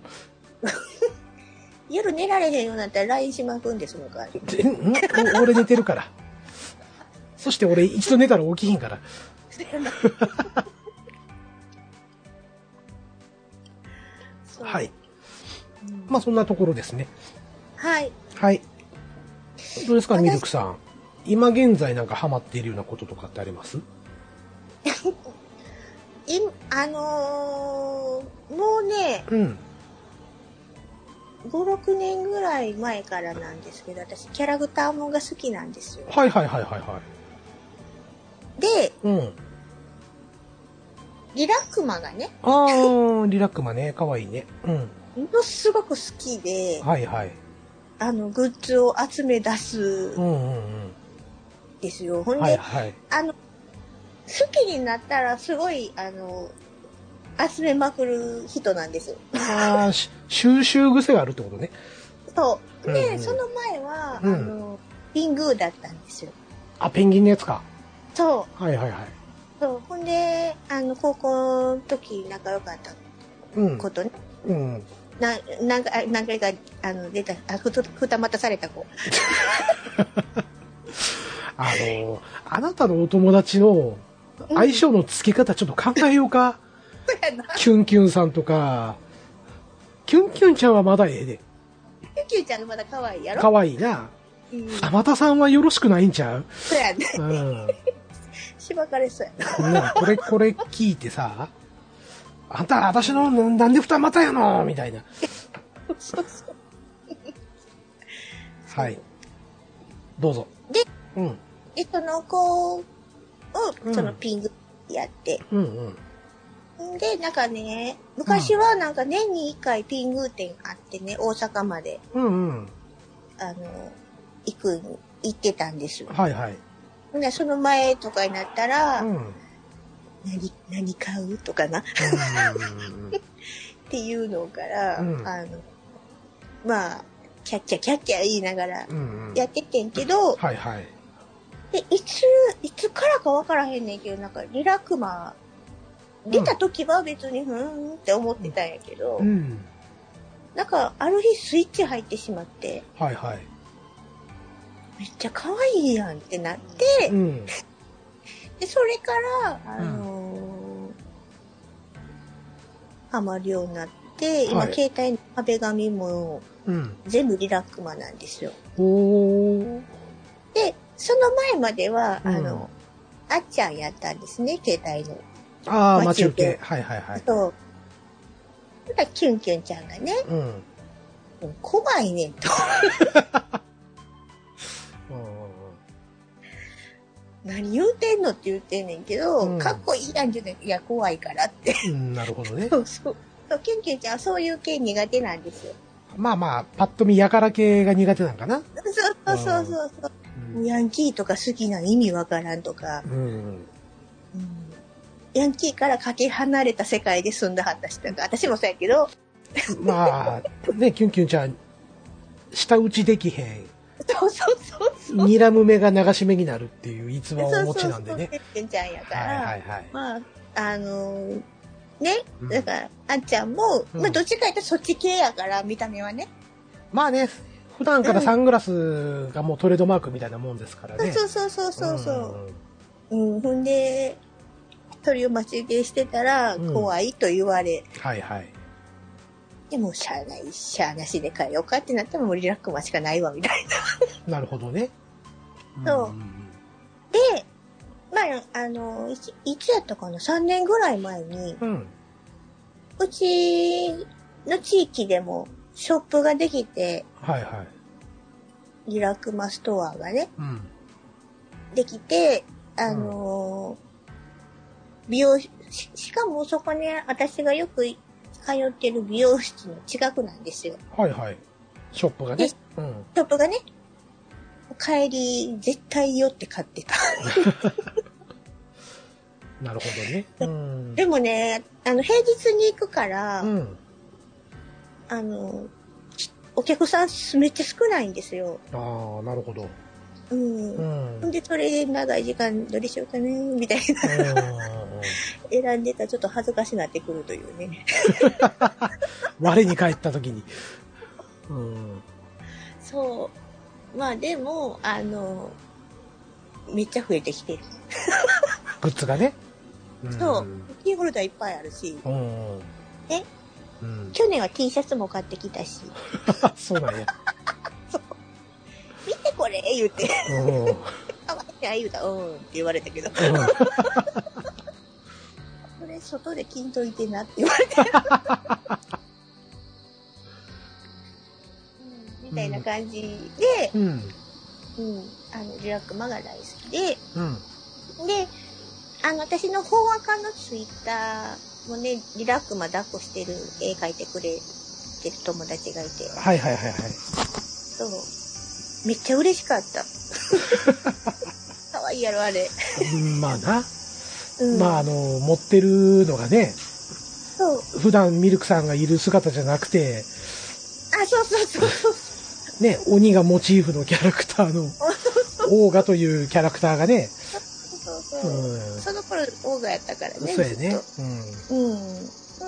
[SPEAKER 1] 夜寝られへんようになったら LINE しまくんです、その代わり。
[SPEAKER 2] でんんお 俺寝てるから。そして俺一度寝たら起きひんから。
[SPEAKER 1] そう
[SPEAKER 2] はい。。
[SPEAKER 1] うん
[SPEAKER 2] まあそんなところですね。
[SPEAKER 1] はい。
[SPEAKER 2] はい。どうですか、
[SPEAKER 1] 私
[SPEAKER 2] ミルクさん。今現在なんかハマっているようなこととかってあります
[SPEAKER 1] いあのーもうね、
[SPEAKER 2] うん。
[SPEAKER 1] 5、6年ぐらい前からなんですけど、私、キャラクターもんが好きなんですよ。
[SPEAKER 2] はいはいはいはいは
[SPEAKER 1] で、
[SPEAKER 2] い。うん。
[SPEAKER 1] リラックマがね、
[SPEAKER 2] あー、リラックマね。かわいいね。うん。
[SPEAKER 1] ものすごく好きで、
[SPEAKER 2] はいはい。
[SPEAKER 1] あの、グッズを集め出す
[SPEAKER 2] うんんうん
[SPEAKER 1] ですよ。ほ
[SPEAKER 2] うんん。
[SPEAKER 1] で、
[SPEAKER 2] はいはい。
[SPEAKER 1] あの、好きになったらすごい、あの、集めまくる人なんです。
[SPEAKER 2] あー、し収集癖があるってことね。
[SPEAKER 1] そう。で、
[SPEAKER 2] うんうん
[SPEAKER 1] その前は、
[SPEAKER 2] うん
[SPEAKER 1] あの、ピングーだったんですよ。
[SPEAKER 2] あ、ペンギンのやつか。
[SPEAKER 1] そう。
[SPEAKER 2] はいはいはい。
[SPEAKER 1] そうほんであの高校の時仲良かった
[SPEAKER 2] うん。
[SPEAKER 1] ことね、
[SPEAKER 2] うん。
[SPEAKER 1] ななんかあ何回かあの出たあふと二股された子
[SPEAKER 2] あの、あなたのお友達の相性の付け方ちょっと考えようか。キュンキュンさんとか、キュンキュンちゃんはまだええで。
[SPEAKER 1] ゆきゅうちゃんのまだ可愛いやろ
[SPEAKER 2] 可愛いな。
[SPEAKER 1] うん。
[SPEAKER 2] 玉田さんはよろしくないんちゃう
[SPEAKER 1] そうや ね。
[SPEAKER 2] うん。
[SPEAKER 1] しばかれそうやな。
[SPEAKER 2] なこれ、これ聞いてさ、あんた、私の、なんで二股やのみた いな。
[SPEAKER 1] そうそう。
[SPEAKER 2] はい。どうぞ。
[SPEAKER 1] で、
[SPEAKER 2] うん。
[SPEAKER 1] で、その子を
[SPEAKER 2] う、ん
[SPEAKER 1] そのピングやって。
[SPEAKER 2] うんう
[SPEAKER 1] ん
[SPEAKER 2] ん。
[SPEAKER 1] で、なんかね、昔はなんか年に1回ピング店あってね、大阪まで、
[SPEAKER 2] うんうん。
[SPEAKER 1] あの、行く、行ってたんですよ。
[SPEAKER 2] はいはい。
[SPEAKER 1] ほんで、その前とかになったら、
[SPEAKER 2] うん。うん
[SPEAKER 1] 何、何買うとかな、っていうのから、
[SPEAKER 2] うん
[SPEAKER 1] あの、まあ、キャッキャキャッキャ言いながら
[SPEAKER 2] うんうんうん。
[SPEAKER 1] やっててんけど、
[SPEAKER 2] はいはい。
[SPEAKER 1] で、いつ、いつからかわからへんねんけど、なんかリラクマ、出た時は別にふーんって思ってたんやけど、
[SPEAKER 2] うん。
[SPEAKER 1] なんかある日スイッチ入ってしまって、
[SPEAKER 2] はいはい。
[SPEAKER 1] めっちゃ可愛いやんってなって、
[SPEAKER 2] うん。
[SPEAKER 1] で、それから、あのーハマるようになって、今、
[SPEAKER 2] はい
[SPEAKER 1] 携帯の壁紙も
[SPEAKER 2] うん。
[SPEAKER 1] 全部リラックマなんですよ。
[SPEAKER 2] おー。
[SPEAKER 1] で、その前までは、
[SPEAKER 2] うん
[SPEAKER 1] あの、あっちゃんやったんですね、携帯の。
[SPEAKER 2] ああ、
[SPEAKER 1] 待
[SPEAKER 2] 待
[SPEAKER 1] ち
[SPEAKER 2] ち
[SPEAKER 1] 受
[SPEAKER 2] 受
[SPEAKER 1] け
[SPEAKER 2] け。はいはいはい。
[SPEAKER 1] そう。ただ、キュンキュンちゃんがね、
[SPEAKER 2] うん。うん
[SPEAKER 1] 怖いねんと。
[SPEAKER 2] うん
[SPEAKER 1] 何言うてんのって言うてんねんけど、
[SPEAKER 2] うん
[SPEAKER 1] かっこいいやんじゃないいや、怖いからって。
[SPEAKER 2] うんうん。なるほどね。
[SPEAKER 1] そうそう。キュンキュンちゃんはそういう系苦手なんですよ。
[SPEAKER 2] まあまあ、パッと見やから系が苦手なんかな。
[SPEAKER 1] そうそうそうそうそう。
[SPEAKER 2] うん
[SPEAKER 1] ヤンキーとか好きな意味わからんとか、
[SPEAKER 2] うん。
[SPEAKER 1] ヤンキーからかけ離れた世界で住んだはったし、なんか私もそうやけど、
[SPEAKER 2] まあ、ね、キュンキュンちゃん、舌打ちできへん。
[SPEAKER 1] そうそうそうそう。
[SPEAKER 2] 睨む目が流し目になるっていう逸話をお
[SPEAKER 1] そう
[SPEAKER 2] 持ち
[SPEAKER 1] そうそ
[SPEAKER 2] な
[SPEAKER 1] う、
[SPEAKER 2] んでね。
[SPEAKER 1] てっぺんちゃんやか
[SPEAKER 2] はい
[SPEAKER 1] ら、
[SPEAKER 2] はいはい。
[SPEAKER 1] まあ、あのーね、
[SPEAKER 2] うん
[SPEAKER 1] だから、あっちゃんも、
[SPEAKER 2] うん
[SPEAKER 1] まあ、どっちか言ったらそっち系やから、見た目はね。
[SPEAKER 2] まあね、普段からサングラスがもうトレードマークみたいなもんですからね。。
[SPEAKER 1] そうそうそうそうそうう。うん、ほんで、鳥を待ち受けしてたら、
[SPEAKER 2] うん
[SPEAKER 1] 怖いと言われ、
[SPEAKER 2] はいはい。
[SPEAKER 1] でも、しゃあない、しゃあなしで変えようかってなっても、もうリラックマしかないわ、みたいな。
[SPEAKER 2] なるほどね。
[SPEAKER 1] そうん
[SPEAKER 2] んん
[SPEAKER 1] で、まあ、あの、いつ、いつやったかな ?3 年ぐらい前に、
[SPEAKER 2] うん。
[SPEAKER 1] うちの地域でもショップができて、
[SPEAKER 2] はいはい。
[SPEAKER 1] リラクマストアがね、
[SPEAKER 2] うん。
[SPEAKER 1] できて、あの美容し、しかもそこね、私がよく通ってる美容室の近くなんですよ。
[SPEAKER 2] はいはい。ショップがね
[SPEAKER 1] で。
[SPEAKER 2] うん。
[SPEAKER 1] ショップがね、帰り、絶対よって買ってた。
[SPEAKER 2] なるほどね。うん。
[SPEAKER 1] でもね、あの、平日に行くから、
[SPEAKER 2] うん。
[SPEAKER 1] あの、きお客さんめっちゃ少ないんですよ。
[SPEAKER 2] ああ、なるほど。
[SPEAKER 1] うん。
[SPEAKER 2] うん。うん
[SPEAKER 1] で、それで長い時間どれしようかね、みたいな 選んでたらちょっと恥ずかしなってくるというね。
[SPEAKER 2] 我に返った時に。うん。
[SPEAKER 1] そう。まあでも、あの、めっちゃ増えてきてる。
[SPEAKER 2] グッズがね。ん
[SPEAKER 1] そう。キーホルダーいっぱいあるし、
[SPEAKER 2] うん。
[SPEAKER 1] え
[SPEAKER 2] うん。
[SPEAKER 1] 去年は T シャツも買ってきたし、
[SPEAKER 2] あそうなんや。
[SPEAKER 1] 見てこれ言うて、
[SPEAKER 2] うん。うん
[SPEAKER 1] かわいいな言うたら、うんって言われたけど、これ外で金といてなって言われて。うんみたいな感じで、
[SPEAKER 2] うん。
[SPEAKER 1] うん、あの、リラックマが大好きで、
[SPEAKER 2] うん。
[SPEAKER 1] で、あの、私の法話家のツイッターもね、リラックマ抱っこしてる絵描いてくれてる友達がいて、
[SPEAKER 2] はいはいはいはい。
[SPEAKER 1] そう。めっちゃ嬉しか った。かわいいやろ、あれ。
[SPEAKER 2] うんまあな。
[SPEAKER 1] うん。
[SPEAKER 2] まああの、持ってるのがね、
[SPEAKER 1] そう。
[SPEAKER 2] 普段ミルクさんがいる姿じゃなくて、
[SPEAKER 1] あ、そうそうそうそう。
[SPEAKER 2] ね、鬼がモチーフのキャラクター の、オーガというキャラクターがね、
[SPEAKER 1] そう
[SPEAKER 2] う
[SPEAKER 1] そう。
[SPEAKER 2] ん。
[SPEAKER 1] その頃、オーガやったからね。
[SPEAKER 2] そうやね
[SPEAKER 1] ずっと。う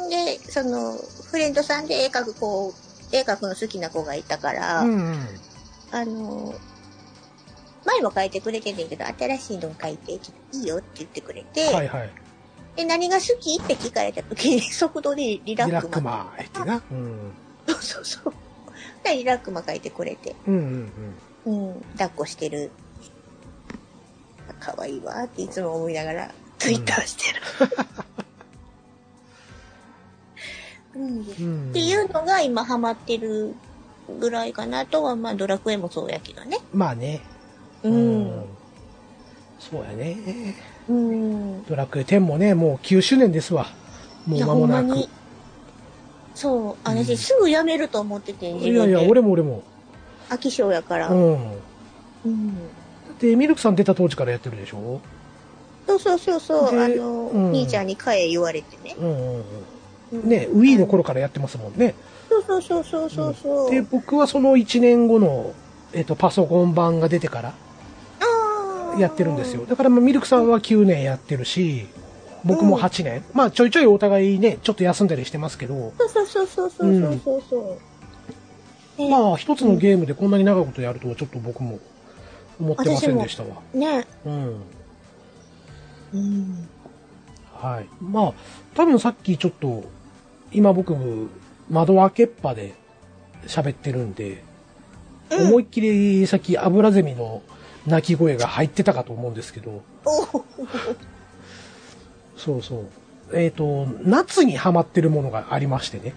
[SPEAKER 1] ん。で、その、フレンドさんで絵描く子、絵描くの好きな子がいたから、
[SPEAKER 2] うん。うんうん。
[SPEAKER 1] あの、前も描いてくれてんねんけど、新しいのを描いて、いいよって言ってくれて、
[SPEAKER 2] はいはい。
[SPEAKER 1] で、何が好きって聞かれた時に、速度でリラ
[SPEAKER 2] リ
[SPEAKER 1] ッ
[SPEAKER 2] ラ
[SPEAKER 1] ク
[SPEAKER 2] ッ
[SPEAKER 1] マ。
[SPEAKER 2] クマーってな。うん。
[SPEAKER 1] そうそうそう。で、リラックマ描いてくれて。
[SPEAKER 2] うんうんうん。
[SPEAKER 1] うん、抱っこしてる。可愛いわっていつも思いながら、ツイッターしてる。 うん、っ
[SPEAKER 2] うん
[SPEAKER 1] ていうのが今ハマってるぐらいかなあとは、まあドラクエもそうやけどね。
[SPEAKER 2] まあね。
[SPEAKER 1] うん。
[SPEAKER 2] そうやね。
[SPEAKER 1] うん。
[SPEAKER 2] ドラクエ10もね、もう9周年ですわ。も
[SPEAKER 1] いうや、
[SPEAKER 2] 間
[SPEAKER 1] ほ
[SPEAKER 2] も
[SPEAKER 1] んま
[SPEAKER 2] なく
[SPEAKER 1] に。。そう、
[SPEAKER 2] うん
[SPEAKER 1] 私すぐ辞めると思ってて、自
[SPEAKER 2] いや
[SPEAKER 1] 分
[SPEAKER 2] いや、
[SPEAKER 1] で。
[SPEAKER 2] 俺も俺も。
[SPEAKER 1] 飽き性やから。
[SPEAKER 2] うん。
[SPEAKER 1] うん
[SPEAKER 2] で、ミルクさん出た当時からやってるでしょ
[SPEAKER 1] そうそうそうそう、
[SPEAKER 2] で
[SPEAKER 1] あの、
[SPEAKER 2] うん
[SPEAKER 1] 兄ちゃんに買え言われてね。
[SPEAKER 2] うんうん
[SPEAKER 1] う
[SPEAKER 2] うん。
[SPEAKER 1] ん
[SPEAKER 2] ね、ウィーの頃からやってますもんね。
[SPEAKER 1] そうそうそうそうそうそう。
[SPEAKER 2] で、僕はその1年後の、えっと、パソコン版が出てから
[SPEAKER 1] あー
[SPEAKER 2] やってるんですよ。。だから、まあミルクさんは9年やってるし、僕も8年。まあ、ちょいちょいお互いね、ちょっと休んだりしてますけど、
[SPEAKER 1] そうそうそうそうそうそうそうそう。ね
[SPEAKER 2] まあ、一つのゲームでこんなに長いことやるとは、ちょっと僕も思ってませんでしたわ。
[SPEAKER 1] ね。
[SPEAKER 2] うん。
[SPEAKER 1] うん。
[SPEAKER 2] はい。まあ、多分さっきちょっと、今僕、窓開けっぱで喋ってるんで、
[SPEAKER 1] うん
[SPEAKER 2] 思いっきりさっき油ゼミの鳴き声が入ってたかと思うんですけど、
[SPEAKER 1] おう
[SPEAKER 2] そうそう。えっ、と、夏にハマってるものがありましてね。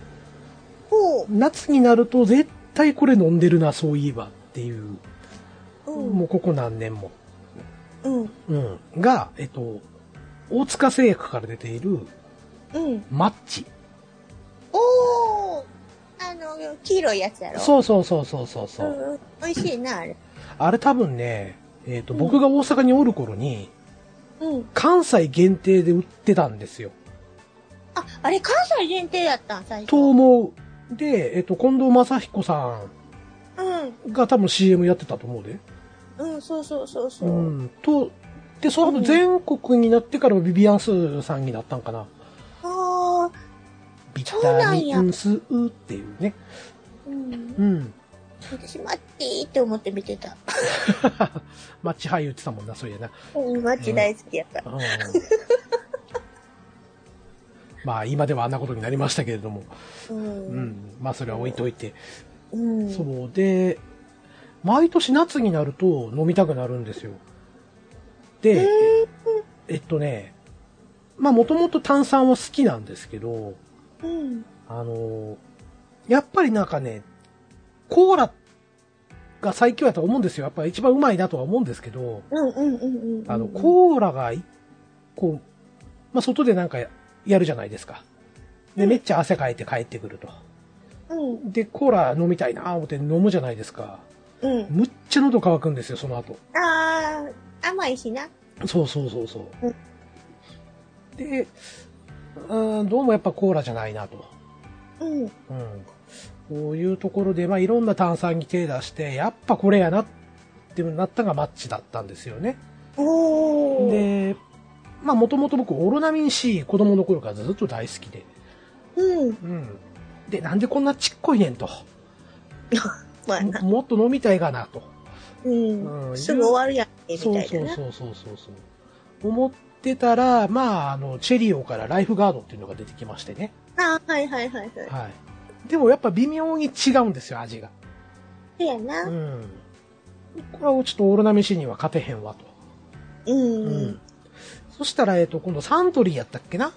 [SPEAKER 1] おう。
[SPEAKER 2] 夏になると絶対これ飲んでるな、そういえばっていう、
[SPEAKER 1] うん
[SPEAKER 2] もうここ何年も。
[SPEAKER 1] うん
[SPEAKER 2] うん。が、えっ、と、大塚製薬から出ている
[SPEAKER 1] うん。
[SPEAKER 2] マッチ。
[SPEAKER 1] おう。あの黄色いやつやろ。
[SPEAKER 2] そうそうそうそうそうそう。
[SPEAKER 1] んん。美味しいなあれ。
[SPEAKER 2] あれ多分ね、えっ、と、
[SPEAKER 1] うん
[SPEAKER 2] 僕が大阪におる頃に、
[SPEAKER 1] うん。
[SPEAKER 2] 関西限定で売ってたんですよ。
[SPEAKER 1] ああれ関西限定やったん最初。
[SPEAKER 2] と思う。で、えっ、と、近藤正彦さ
[SPEAKER 1] うん
[SPEAKER 2] んが多分 CM やってたと思うで。
[SPEAKER 1] うんそうそうそうそうう。
[SPEAKER 2] ん。と、で、その後全国になってからビビアンスーさんになったんかな。
[SPEAKER 1] ああ。
[SPEAKER 2] ビタ
[SPEAKER 1] そうなん
[SPEAKER 2] ミ
[SPEAKER 1] や
[SPEAKER 2] ンスーっていうね。
[SPEAKER 1] うん。
[SPEAKER 2] うん。
[SPEAKER 1] 私マッチーって思って見てた。
[SPEAKER 2] マッチ俳優って言ってたもんな、そういやな。
[SPEAKER 1] うん、マッチ大好きやから。
[SPEAKER 2] うんまあ、今ではあんなことになりましたけれども。
[SPEAKER 1] う。
[SPEAKER 2] うんん。まあ、それは置いといて。
[SPEAKER 1] うん。
[SPEAKER 2] そうで毎年夏になると飲みたくなるんですよ
[SPEAKER 1] え
[SPEAKER 2] でえっとねまあもともと炭酸は好きなんですけど
[SPEAKER 1] ーうん。
[SPEAKER 2] あのやっぱりなんかねコーラが最強やと思うんですよやっぱり一番うまいなとは思うんですけど
[SPEAKER 1] うんうんうんうん。
[SPEAKER 2] あのコーラがいこう、まあ、外でなんかやるじゃないですかでめっちゃ汗かいて帰ってくると
[SPEAKER 1] うん。
[SPEAKER 2] でコーラ飲みたいな思って飲むじゃないですか
[SPEAKER 1] うん。
[SPEAKER 2] むっちゃ喉乾くんですよその後
[SPEAKER 1] ああ、甘いしな。
[SPEAKER 2] そうそうそうそう。
[SPEAKER 1] うん
[SPEAKER 2] で、うーん、どうもやっぱコーラじゃないなと。
[SPEAKER 1] うん。
[SPEAKER 2] うん。こういうところで、まあ、いろんな炭酸に手出して、やっぱこれやなってなったのがマッチだったんですよね。
[SPEAKER 1] おー。
[SPEAKER 2] で、まあ、もともと僕、オロナミン C、子供の頃からずっと大好きで。
[SPEAKER 1] うん。
[SPEAKER 2] うん。で、なんでこんなちっこいねんと。
[SPEAKER 1] まあな。
[SPEAKER 2] もっと飲みたいがなと。
[SPEAKER 1] う。
[SPEAKER 2] うんん
[SPEAKER 1] すぐ終わるやんけ、み
[SPEAKER 2] そう
[SPEAKER 1] たい
[SPEAKER 2] そう
[SPEAKER 1] なな。
[SPEAKER 2] そうそうそうそう。思ってたら、まあ、あの、チェリオからライフガードっていうのが出てきましてね。
[SPEAKER 1] ああ、はいはいはいはい。
[SPEAKER 2] はい。でもやっぱ微妙に違うんですよ、味が。
[SPEAKER 1] そうや
[SPEAKER 2] う
[SPEAKER 1] な。
[SPEAKER 2] ん。これはちょっとオーロナメシには勝てへんわと。
[SPEAKER 1] うん。。
[SPEAKER 2] そしたら、えっ、と、今度サントリーやったっけな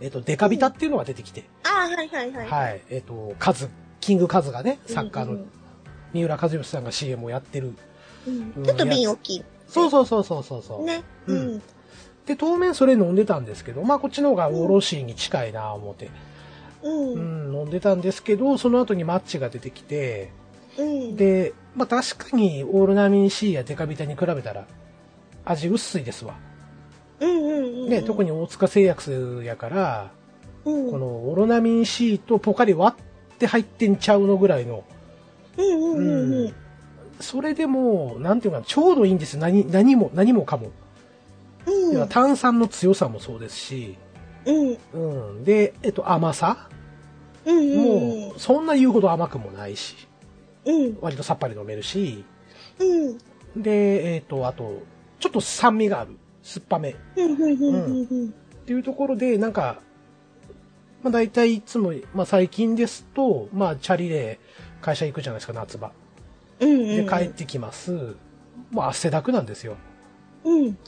[SPEAKER 2] えっ、と、デカビタっていうのが出てきて。
[SPEAKER 1] ああ、はいはいはい。
[SPEAKER 2] はい。えっ、と、カズ、キングカズがね、サッカー
[SPEAKER 1] う
[SPEAKER 2] の
[SPEAKER 1] ん
[SPEAKER 2] 三浦和義さんが CM をやってる。
[SPEAKER 1] うん
[SPEAKER 2] うん
[SPEAKER 1] ちょっと瓶大きい。
[SPEAKER 2] そうそうそうそうそうそう。
[SPEAKER 1] ね。
[SPEAKER 2] う
[SPEAKER 1] うんん。
[SPEAKER 2] で、当面それ飲んでたんですけど、まあこっちの方がオロシーに近いな思って、
[SPEAKER 1] うん。
[SPEAKER 2] う
[SPEAKER 1] うん。
[SPEAKER 2] ん、飲んでたんですけど、その後にマッチが出てきて、
[SPEAKER 1] うん。
[SPEAKER 2] で、まあ、確かにオールナミン C やデカビタに比べたら味薄いですわ、
[SPEAKER 1] うんうんうん。
[SPEAKER 2] ね、特に大塚製薬やから
[SPEAKER 1] うん、
[SPEAKER 2] こ
[SPEAKER 1] この。
[SPEAKER 2] のオロナミン C とポカリ割って入ってんちゃうのぐらいの、
[SPEAKER 1] うんうんうんうん。
[SPEAKER 2] それでもうなんていうかちょうどいいんですよ何何も何もかも、
[SPEAKER 1] うん。
[SPEAKER 2] 要は炭酸の強さもそうですし、
[SPEAKER 1] うん。
[SPEAKER 2] うん、で、えっと、甘さ
[SPEAKER 1] うんうん
[SPEAKER 2] もうそんな言うほど甘くもないし
[SPEAKER 1] うん。
[SPEAKER 2] 割とさっぱり飲めるし
[SPEAKER 1] うん。
[SPEAKER 2] で、えっと、あとちょっと酸味がある酸っぱめ
[SPEAKER 1] うんうんうんうん
[SPEAKER 2] っていうところで、なんか、まあ大体いつも、まあ最近ですと、まあチャリで会社行くじゃないですか、夏場。
[SPEAKER 1] うんうん。
[SPEAKER 2] で、帰ってきます。もう汗だくなんですよ。
[SPEAKER 1] うん。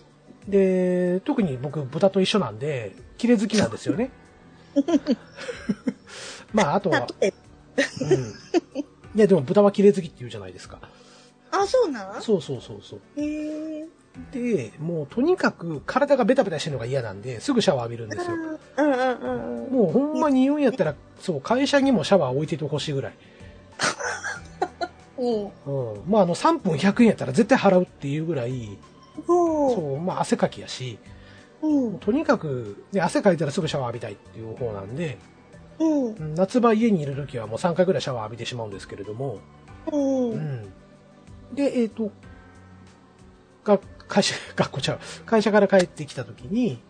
[SPEAKER 2] で、特に僕、豚と一緒なんで、綺麗好きなんで すよね。まあ、あとは、
[SPEAKER 1] 例え
[SPEAKER 2] うん。いや、でも豚は綺麗好きって言うじゃないですか。
[SPEAKER 1] ば。あ、そうなん
[SPEAKER 2] そうそうそうそう。
[SPEAKER 1] へえ。
[SPEAKER 2] で、もうとにかく体がベタベタしてるのが嫌なんで、すぐシャワー浴びるんですよ。
[SPEAKER 1] あーうんうんうんうん。
[SPEAKER 2] もうほんまに言うんやったら、そう、会社にもシャワー置いててほしいぐらい。
[SPEAKER 1] うん。
[SPEAKER 2] うん。まあ、あの、3分100円やったら絶対払うっていうぐらい、
[SPEAKER 1] そ
[SPEAKER 2] そう、まあ、汗かきやし、
[SPEAKER 1] う。うん。
[SPEAKER 2] とにかく、ね、汗かいたらすぐシャワー浴びたいっていう方なんで、
[SPEAKER 1] うん。
[SPEAKER 2] うん夏場家にいる時はもう3回ぐらいシャワー浴びてしまうんですけれども、
[SPEAKER 1] うん。う。
[SPEAKER 2] うんん。で、えっ、と、が、会社、 学校ちゃう。会社から帰ってきた時に、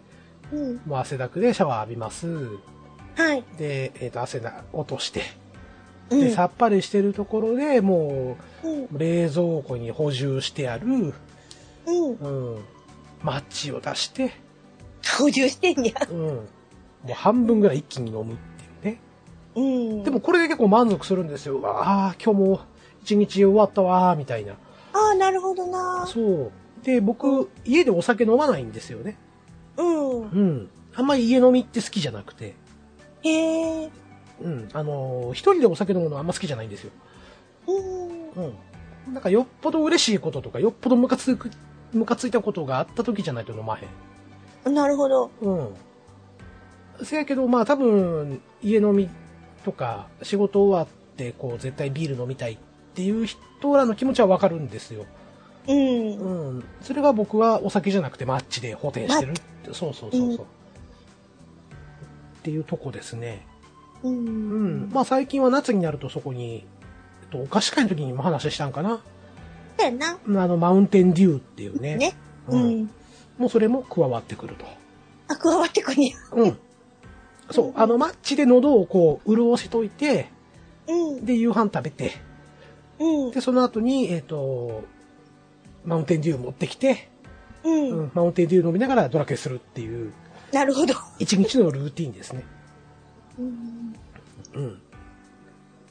[SPEAKER 1] うん。
[SPEAKER 2] もう汗だくでシャワー浴びます。
[SPEAKER 1] はい。
[SPEAKER 2] で、えっ、と、汗な落として、
[SPEAKER 1] う
[SPEAKER 2] で、
[SPEAKER 1] ん
[SPEAKER 2] さっぱりしてるところでも
[SPEAKER 1] うん。
[SPEAKER 2] う、冷蔵庫に補充してある、
[SPEAKER 1] うん。
[SPEAKER 2] うん、マッチを出して、
[SPEAKER 1] 補充してんや。
[SPEAKER 2] うん、もう半分ぐらい一気に飲むっていうね。
[SPEAKER 1] うん。
[SPEAKER 2] でも、これで結構満足するんですよ。ああ、今日も一日終わったわー、みたいな。
[SPEAKER 1] ああ、なるほどな。
[SPEAKER 2] そう。で、僕、家でお酒飲まないんですよね。
[SPEAKER 1] うん。
[SPEAKER 2] うん。あんまり家飲みって好きじゃなくて。
[SPEAKER 1] へえ。
[SPEAKER 2] うん。あのー一人でお酒飲むのあんま好きじゃないんですよ。
[SPEAKER 1] うん。
[SPEAKER 2] うん。なんかよっぽど嬉しいこととか、よっぽどムカつく、ムカついたことがあった時じゃないと飲まへん。
[SPEAKER 1] なるほど。
[SPEAKER 2] うん。せやけど、まあ多分、家飲みとか、仕事終わって、こう、絶対ビール飲みたいっていう人らの気持ちはわかるんですよ。
[SPEAKER 1] うん。
[SPEAKER 2] うん。それが僕はお酒じゃなくてマッチで補填してるって。そうそうそうそう。
[SPEAKER 1] うん
[SPEAKER 2] っていうとこですね。
[SPEAKER 1] う。
[SPEAKER 2] うんん。まあ最近は夏になるとそこに、えっと、お菓子会の時にも話したんかな。
[SPEAKER 1] だよな。
[SPEAKER 2] あの、マウンテンデューっていうね。
[SPEAKER 1] ね。
[SPEAKER 2] う。
[SPEAKER 1] うんん。
[SPEAKER 2] もうそれも加わってくると。
[SPEAKER 1] あ、加わってくんや。
[SPEAKER 2] うん。そう、あの、マッチで喉をこう、潤しといて、
[SPEAKER 1] うん。
[SPEAKER 2] で、夕飯食べて、
[SPEAKER 1] うん。
[SPEAKER 2] で、その後に、えっ、と、マウンテンデュー持ってきて、
[SPEAKER 1] うん。
[SPEAKER 2] うん、マウンテンデュー飲みながらドラケするっていう、
[SPEAKER 1] なるほど。
[SPEAKER 2] 一日のルーティンですね。
[SPEAKER 1] うん。
[SPEAKER 2] うん。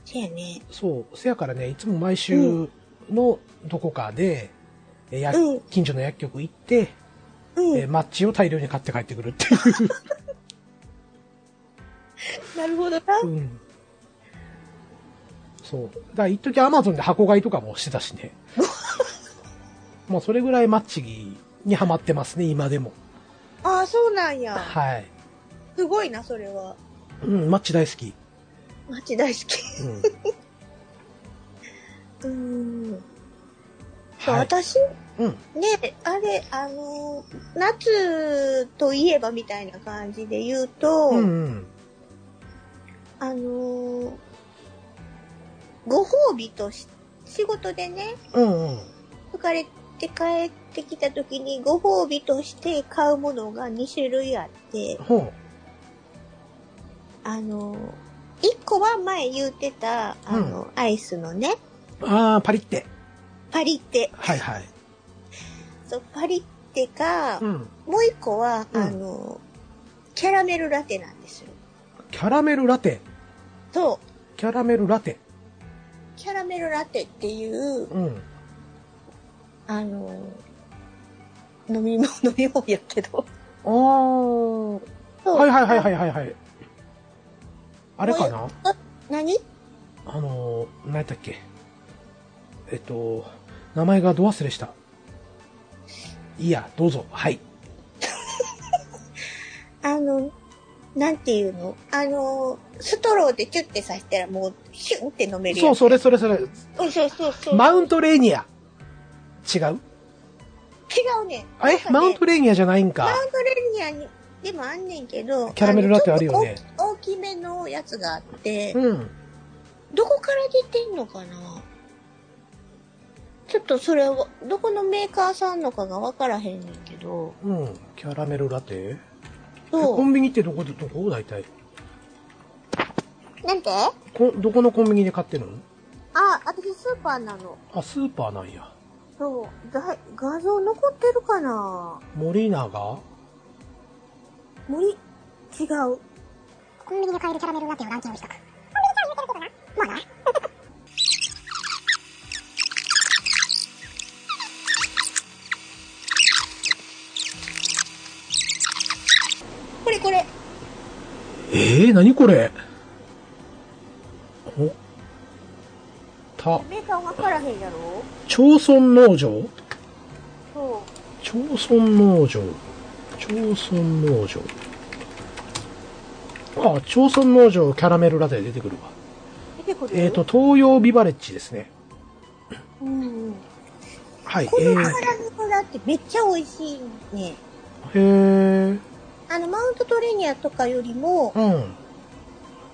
[SPEAKER 1] せやね。
[SPEAKER 2] そう、せやからね、いつも毎週
[SPEAKER 1] う
[SPEAKER 2] のどこかで、えーや
[SPEAKER 1] うん
[SPEAKER 2] 近所の薬局行って、
[SPEAKER 1] う
[SPEAKER 2] えー
[SPEAKER 1] ん。
[SPEAKER 2] マッチを大量に買って帰ってくるっていう。
[SPEAKER 1] なるほどな。
[SPEAKER 2] うん。そう。だから一時アマゾンで箱買いとかもしてたしね。もうそれぐらいマッチにハマってますね、今でも。
[SPEAKER 1] ああ、そうなんや。
[SPEAKER 2] はい。
[SPEAKER 1] すごいな、それは。
[SPEAKER 2] うん、マッチ大好き。
[SPEAKER 1] マチ大好き。
[SPEAKER 2] うん。
[SPEAKER 1] うん。
[SPEAKER 2] はい。
[SPEAKER 1] 私、
[SPEAKER 2] うん。
[SPEAKER 1] ね、あれ、あの、夏といえばみたいな感じで言うと、
[SPEAKER 2] うんうん。
[SPEAKER 1] あの、ご褒美とし、仕事でね、
[SPEAKER 2] うんうん。
[SPEAKER 1] 疲れて帰ってきた時にご褒美として買うものが2種類あって、
[SPEAKER 2] ほ
[SPEAKER 1] あの、1個は前言ってた、あの、アイスのね、
[SPEAKER 2] う。あー、パリって。
[SPEAKER 1] パリって、
[SPEAKER 2] はいはい。
[SPEAKER 1] そうパリってか、
[SPEAKER 2] うん。
[SPEAKER 1] もう1個は、
[SPEAKER 2] うん
[SPEAKER 1] あの、キャラメルラテなんですよ。
[SPEAKER 2] キャラメルラテ。
[SPEAKER 1] と、
[SPEAKER 2] キャラメルラテ。
[SPEAKER 1] キャラメルラテっていう、
[SPEAKER 2] うん。
[SPEAKER 1] あの、飲み物、飲み物やけど。
[SPEAKER 2] あー。
[SPEAKER 1] そう
[SPEAKER 2] はいはいはいはいはいはい。あれかな
[SPEAKER 1] 何
[SPEAKER 2] あのー、何やったっけえっと、名前がど忘れした。いいや、どうぞ。はい。
[SPEAKER 1] あの、なんていうのあの、ストローでチュッて刺したらもう、ヒュンって飲める
[SPEAKER 2] そ
[SPEAKER 1] や
[SPEAKER 2] う、
[SPEAKER 1] つ。
[SPEAKER 2] それそれそれ。
[SPEAKER 1] そうそうそうそう。
[SPEAKER 2] マウントレーニア。違う
[SPEAKER 1] 違うねん。なんか
[SPEAKER 2] え
[SPEAKER 1] ね
[SPEAKER 2] マウントレーニアじゃないんか
[SPEAKER 1] マ。ウントレニアに、でもあんねんけど。
[SPEAKER 2] キャラメルラテあるよ
[SPEAKER 1] の
[SPEAKER 2] ね
[SPEAKER 1] ちょっと大き大きめのやつがあって、
[SPEAKER 2] うん。
[SPEAKER 1] どこから出てんのかなちょっとそれを、どこのメーカーさんのかがわからへんねんけど。
[SPEAKER 2] うん。キャラメルラテえコ
[SPEAKER 1] そ
[SPEAKER 2] ンビニってどこで、どこ大体。
[SPEAKER 1] う。なんて
[SPEAKER 2] こどこのコンビニで買ってるの
[SPEAKER 1] あ、私スーパーなの。
[SPEAKER 2] あ、スーパーなんや。
[SPEAKER 1] そう。だ画像残ってるかな
[SPEAKER 2] 森永
[SPEAKER 1] 森、違う。
[SPEAKER 3] コンビニで買えるキャラメルラテをランキングした。コンビニキャラ入れてるけどな。まあな。
[SPEAKER 2] ー、何これおた、
[SPEAKER 1] メーカー分からへんやろ
[SPEAKER 2] 町村農場
[SPEAKER 1] そ
[SPEAKER 2] 町村農場。町村農場。ああ、町村農場キャラメルラテ出てくるわ。
[SPEAKER 1] う。出てくる
[SPEAKER 2] えっ、と、東洋ビバレッジですね。
[SPEAKER 1] うんうん。
[SPEAKER 2] はい。
[SPEAKER 1] こ
[SPEAKER 2] え
[SPEAKER 1] の
[SPEAKER 2] ー、
[SPEAKER 1] カラメルラってめっちゃ美味しいね。
[SPEAKER 2] へー
[SPEAKER 1] あの、マウントトレーニアとかよりも、
[SPEAKER 2] うん。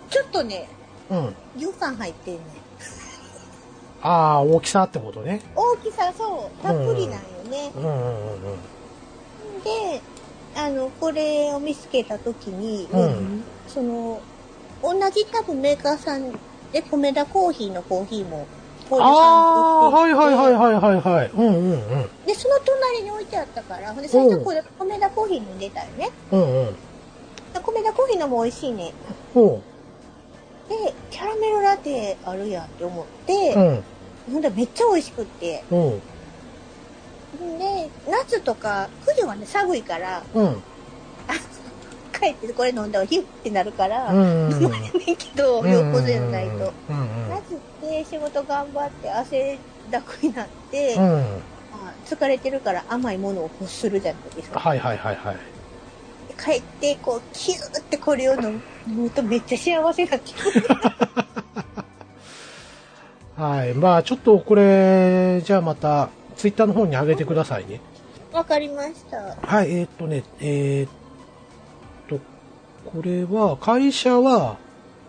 [SPEAKER 1] ちょっとね、
[SPEAKER 2] うん。
[SPEAKER 1] 予算入ってんね。
[SPEAKER 2] ああ、大きさってことね。
[SPEAKER 1] 大きさそう、たっぷりなんよね。
[SPEAKER 2] うんうんうんうん。
[SPEAKER 1] で、あの、これを見つけたときに、
[SPEAKER 2] うん
[SPEAKER 1] その、同じ多分メーカーさんで、コメダコーヒーのコーヒーも、こういう
[SPEAKER 2] ああー、
[SPEAKER 1] さ
[SPEAKER 2] は
[SPEAKER 1] ん
[SPEAKER 2] い
[SPEAKER 1] と売
[SPEAKER 2] は
[SPEAKER 1] っ
[SPEAKER 2] い
[SPEAKER 1] てて
[SPEAKER 2] はいはいはいはい。うんうんうん。
[SPEAKER 1] で、その隣に置いてあったから、ほんで、最初これ、コメダコーヒーに出たよね。
[SPEAKER 2] うんうん。
[SPEAKER 1] コメダコーヒーのも美味しいね。
[SPEAKER 2] ほ
[SPEAKER 1] で、キャラメルラテあるやんって思っ
[SPEAKER 2] う。う
[SPEAKER 1] て、
[SPEAKER 2] ん。
[SPEAKER 1] ほんで、めっちゃ美味しくって。
[SPEAKER 2] うん。
[SPEAKER 1] で、夏とか、冬はね、寒いから、
[SPEAKER 2] うん。
[SPEAKER 1] 帰ってこれ飲んだらヒュッてなるから、
[SPEAKER 2] うんうんうん。
[SPEAKER 1] いいけど、
[SPEAKER 2] うんうんうん
[SPEAKER 1] 横じゃないと。。
[SPEAKER 2] うんうん
[SPEAKER 1] 夏って仕事頑張って汗だくになって、
[SPEAKER 2] う
[SPEAKER 1] ま
[SPEAKER 2] ん。うん。
[SPEAKER 1] あ疲れてるから甘いものを欲するじゃないですか。
[SPEAKER 2] はいはいはいはい。
[SPEAKER 1] 帰って、こう、キューってこれを飲む飲むとめっちゃ幸せな気分。
[SPEAKER 2] はい。まあちょっとこれ、じゃあまた、ツイッターの方に上げてくださいね。
[SPEAKER 1] わかりました。
[SPEAKER 2] はい、えーっとね、えーっと、これは、会社は、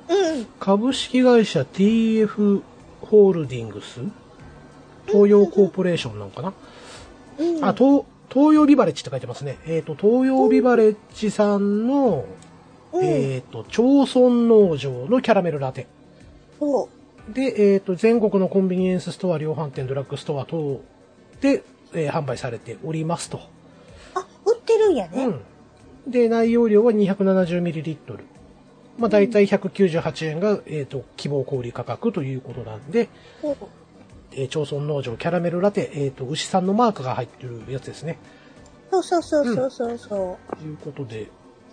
[SPEAKER 1] うん。
[SPEAKER 2] 株式会社 TF ホールディングス東洋コーポレーションなんかな、
[SPEAKER 1] うん。
[SPEAKER 2] あ、東、東洋ビバレッジって書いてますね。えーっと、東洋ビバレッジさんの、
[SPEAKER 1] うん、
[SPEAKER 2] えーっと、町村農場のキャラメルラテ。
[SPEAKER 1] そう。
[SPEAKER 2] で、えっ、と、全国のコンビニエンスストア、量販店、ドラッグストア等で、えー販売されておりますと。
[SPEAKER 1] あ、売ってるんやね。
[SPEAKER 2] うん。で、内容量は 270ml。まあ、だいたい198円が、えっ、と、希望小売価格ということなんで、
[SPEAKER 1] そう
[SPEAKER 2] えー町村農場キャラメルラテ、えっ、と、牛さんのマークが入ってるやつですね。
[SPEAKER 1] そうそうそうそうそうそ
[SPEAKER 2] ということで、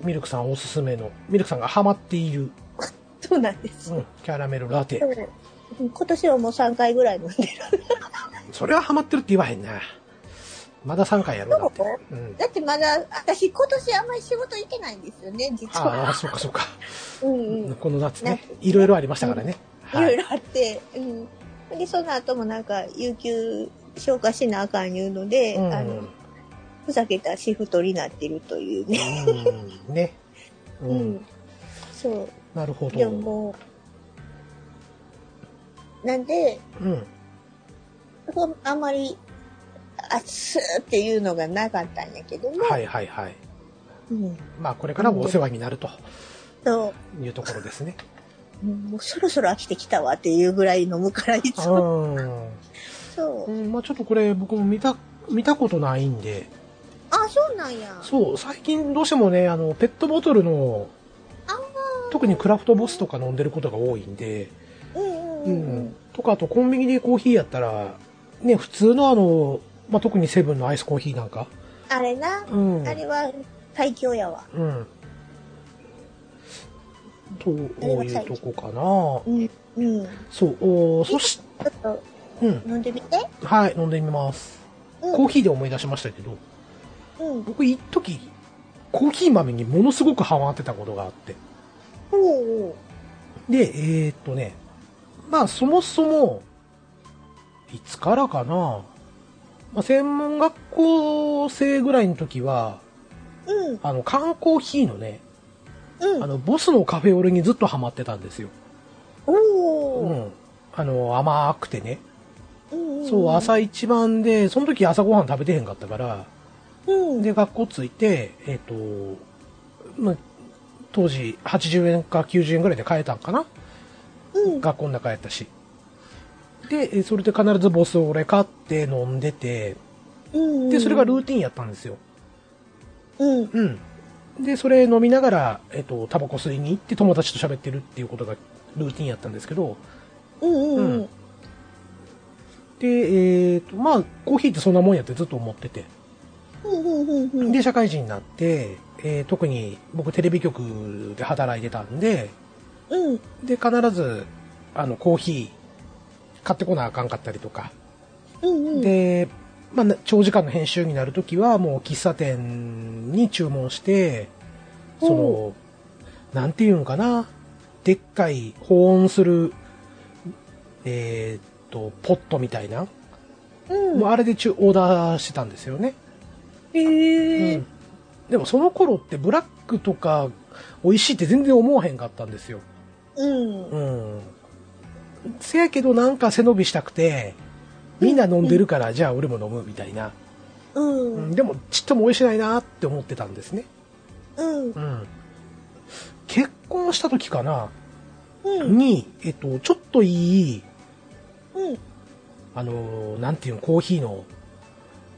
[SPEAKER 2] ミルクさんおすすめの、ミルクさんがハマっている、
[SPEAKER 1] う。そうなんです。
[SPEAKER 2] うん、キャラメルラテ
[SPEAKER 1] そ。ううん今年はもう3回ぐらい飲んでる。
[SPEAKER 2] それはハマってるって言わへんな。まだ3回やろうだって。うん。
[SPEAKER 1] だってまだ、私今年あんまり仕事行けないんですよね、実
[SPEAKER 2] あ
[SPEAKER 1] は。
[SPEAKER 2] あ、そっかそっか。
[SPEAKER 1] うんうん。
[SPEAKER 2] この夏ね
[SPEAKER 1] 夏、
[SPEAKER 2] いろいろありましたからね。
[SPEAKER 1] いろ
[SPEAKER 2] はいい。
[SPEAKER 1] ろあって、うん。で、その後もなんか、有給消化しなあかんいうので、
[SPEAKER 2] うん
[SPEAKER 1] あの、ふざけたシフトになってるというね。
[SPEAKER 2] うんね。う。
[SPEAKER 1] うんん。そ
[SPEAKER 2] なるほ
[SPEAKER 1] う。で
[SPEAKER 2] ど。
[SPEAKER 1] も
[SPEAKER 2] う
[SPEAKER 1] もう、なんで、
[SPEAKER 2] ん。
[SPEAKER 1] ほんあんまり、熱っていうのがなかったんやけども、
[SPEAKER 2] はいはいはい。
[SPEAKER 1] うん。
[SPEAKER 2] まあ、これからもお世話になると
[SPEAKER 1] そう。
[SPEAKER 2] いうところですね。
[SPEAKER 1] うんもうそろそろ飽きてきたわっていうぐらい飲むからいつも。
[SPEAKER 2] うん。
[SPEAKER 1] そうう。
[SPEAKER 2] んまあ、ちょっとこれ、僕も見た、見たことないんで、
[SPEAKER 1] あ、そうなんや。
[SPEAKER 2] そう、最近どうしてもね、あの、ペットボトルの
[SPEAKER 1] あ、
[SPEAKER 2] 特にクラフトボスとか飲んでることが多いんで、
[SPEAKER 1] うんうん
[SPEAKER 2] う
[SPEAKER 1] うん。
[SPEAKER 2] ん。とか、あとコンビニでコーヒーやったら、ね、普通のあの、まあ、特にセブンのアイスコーヒーなんか、
[SPEAKER 1] あれな、
[SPEAKER 2] うん。
[SPEAKER 1] あれは最強やわ。
[SPEAKER 2] うん。というとこかな。
[SPEAKER 1] うん。うん。ち
[SPEAKER 2] そう、おーそし、
[SPEAKER 1] ょっと
[SPEAKER 2] うん。
[SPEAKER 1] 飲んでみて。
[SPEAKER 2] はい、飲んでみます。
[SPEAKER 1] うん。
[SPEAKER 2] コーヒーで思い出しましたけど、
[SPEAKER 1] うん。
[SPEAKER 2] 僕、一時コーヒー豆にものすごくハマってたことがあって。
[SPEAKER 1] おう
[SPEAKER 2] で、えー、っとね、まあ、そもそも、いつからかな、まあ、専門学校生ぐらいの時は、
[SPEAKER 1] うん。
[SPEAKER 2] あの、缶コーヒーのね、
[SPEAKER 1] う
[SPEAKER 2] あ
[SPEAKER 1] ん。
[SPEAKER 2] の、ボスのカフェオレにずっとハマってたんですよ。
[SPEAKER 1] お
[SPEAKER 2] う。
[SPEAKER 1] うん
[SPEAKER 2] あの、甘くてね。
[SPEAKER 1] うんん。
[SPEAKER 2] そう、。朝一番で、その時朝ごはん食べてへんかったから、
[SPEAKER 1] うん。
[SPEAKER 2] で、学校着いて、えっ、と、まあ、当時、80円か90円ぐらいで買えたんかな
[SPEAKER 1] うん。
[SPEAKER 2] 学校の中やったし。で、えそれで必ずボスを俺買って飲んでて、
[SPEAKER 1] うん。
[SPEAKER 2] で、それがルーティンやったんですよ。
[SPEAKER 1] うん。
[SPEAKER 2] うん。で、それ飲みながら、えっ、と、タバコ吸いに行って友達と喋ってるっていうことがルーティンやったんですけど、
[SPEAKER 1] うん。う
[SPEAKER 2] うん
[SPEAKER 1] ん。
[SPEAKER 2] で、えっ、と、まあ、コーヒーってそんなもんやってずっと思ってて。
[SPEAKER 1] うん。ううんうんうん。
[SPEAKER 2] で、社会人になって、えー特に僕テレビ局で働いてたんで、
[SPEAKER 1] うん。
[SPEAKER 2] で、必ず、あの、コーヒー買ってこなあかんかったりとか、
[SPEAKER 1] うんうん。
[SPEAKER 2] で、まあ、な長時間の編集になるときは、もう喫茶店に注文して、その
[SPEAKER 1] お、
[SPEAKER 2] なんていうんかな、でっかい保温する、えーっと、ポットみたいな、
[SPEAKER 1] うん。
[SPEAKER 2] もうあれでちゅオーダーしてたんですよね。
[SPEAKER 1] へ
[SPEAKER 2] う
[SPEAKER 1] え
[SPEAKER 2] ん。でもその頃ってブラックとか美味しいって全然思わへんかったんですよ。
[SPEAKER 1] うん。
[SPEAKER 2] うん。せやけどなんか背伸びしたくて、みんな飲んでるから、じゃあ俺も飲むみたいな。
[SPEAKER 1] うん。う。
[SPEAKER 2] うんん、でもちっとも美味しないなって思ってたんですね。
[SPEAKER 1] うん。
[SPEAKER 2] うん。結婚した時かな、
[SPEAKER 1] うん。
[SPEAKER 2] に、えっと、ちょっといい、
[SPEAKER 1] うん。
[SPEAKER 2] あのー、なんていうの、コーヒーの、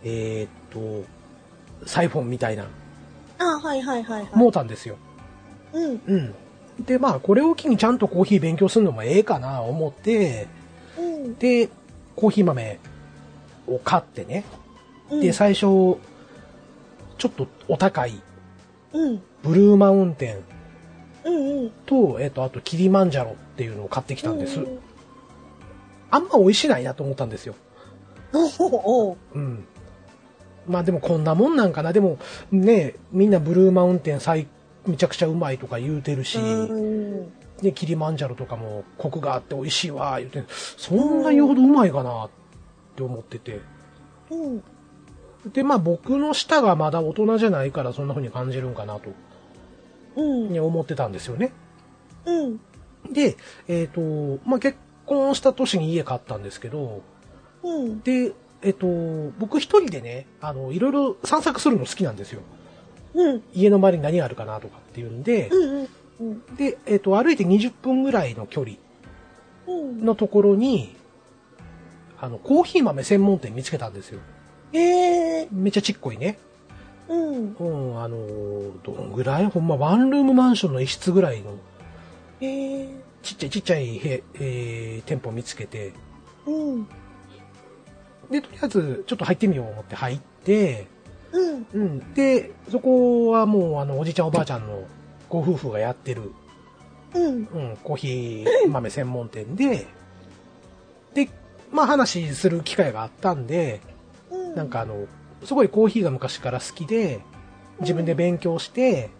[SPEAKER 2] えーっと、サイフォンみたいな、
[SPEAKER 1] あ、はいはいはいはい。
[SPEAKER 2] もうたんですよ。
[SPEAKER 1] うん。
[SPEAKER 2] うん。で、まあ、これを機にちゃんとコーヒー勉強するのもええかな、思って、
[SPEAKER 1] うん。
[SPEAKER 2] で、コーヒー豆を買ってね。
[SPEAKER 1] うん。
[SPEAKER 2] で、最初、ちょっとお高い、
[SPEAKER 1] うん。
[SPEAKER 2] ブルーマウンテン
[SPEAKER 1] うんうん。
[SPEAKER 2] と、えっと、あと、キリマンジャロっていうのを買ってきたんです
[SPEAKER 1] う。ん
[SPEAKER 2] あんま美味しないなと思ったんですよ。
[SPEAKER 1] おおお
[SPEAKER 2] うん。まあでもこんなもんなんかな。でも、ね、みんなブルーマウンテン最、めちゃくちゃうまいとか言うてるし、
[SPEAKER 1] うん。
[SPEAKER 2] で、キリマンジャロとかもコクがあって美味しいわ、言うて、そんな言うほどうまいかなって思ってて。
[SPEAKER 1] うん。
[SPEAKER 2] で、まあ僕の舌がまだ大人じゃないからそんな風に感じるんかなと、
[SPEAKER 1] うん。
[SPEAKER 2] ね、思ってたんですよね。
[SPEAKER 1] うん。
[SPEAKER 2] で、えっ、と、まあ結婚した年に家買ったんですけど、
[SPEAKER 1] うん。
[SPEAKER 2] で、えっ、と、僕一人でね、あの、いろいろ散策するの好きなんですよ。
[SPEAKER 1] うん。
[SPEAKER 2] 家の周りに何があるかなとかっていうんで、
[SPEAKER 1] うん。うん。
[SPEAKER 2] で、えっ、と、歩いて20分ぐらいの距離
[SPEAKER 1] うん。
[SPEAKER 2] のところに、あの、コーヒー豆専門店見つけたんですよ。
[SPEAKER 1] へえ。
[SPEAKER 2] めっちゃちっこいね。
[SPEAKER 1] うん。
[SPEAKER 2] うん、あのーどんぐらいほんま、ワンルームマンションの一室ぐらいの、
[SPEAKER 1] へえ。
[SPEAKER 2] ちっちゃいちっちゃいへ、えー店舗見つけて、
[SPEAKER 1] うん。
[SPEAKER 2] で、とりあえず、ちょっと入ってみよう思って入って、
[SPEAKER 1] うん。
[SPEAKER 2] うん、で、そこはもう、あの、おじいちゃんおばあちゃんのご夫婦がやってる、
[SPEAKER 1] うん。
[SPEAKER 2] うん、コーヒー豆専門店で、で、まあ話する機会があったんで、
[SPEAKER 1] うん。
[SPEAKER 2] なんかあの、すごいコーヒーが昔から好きで、自分で勉強して、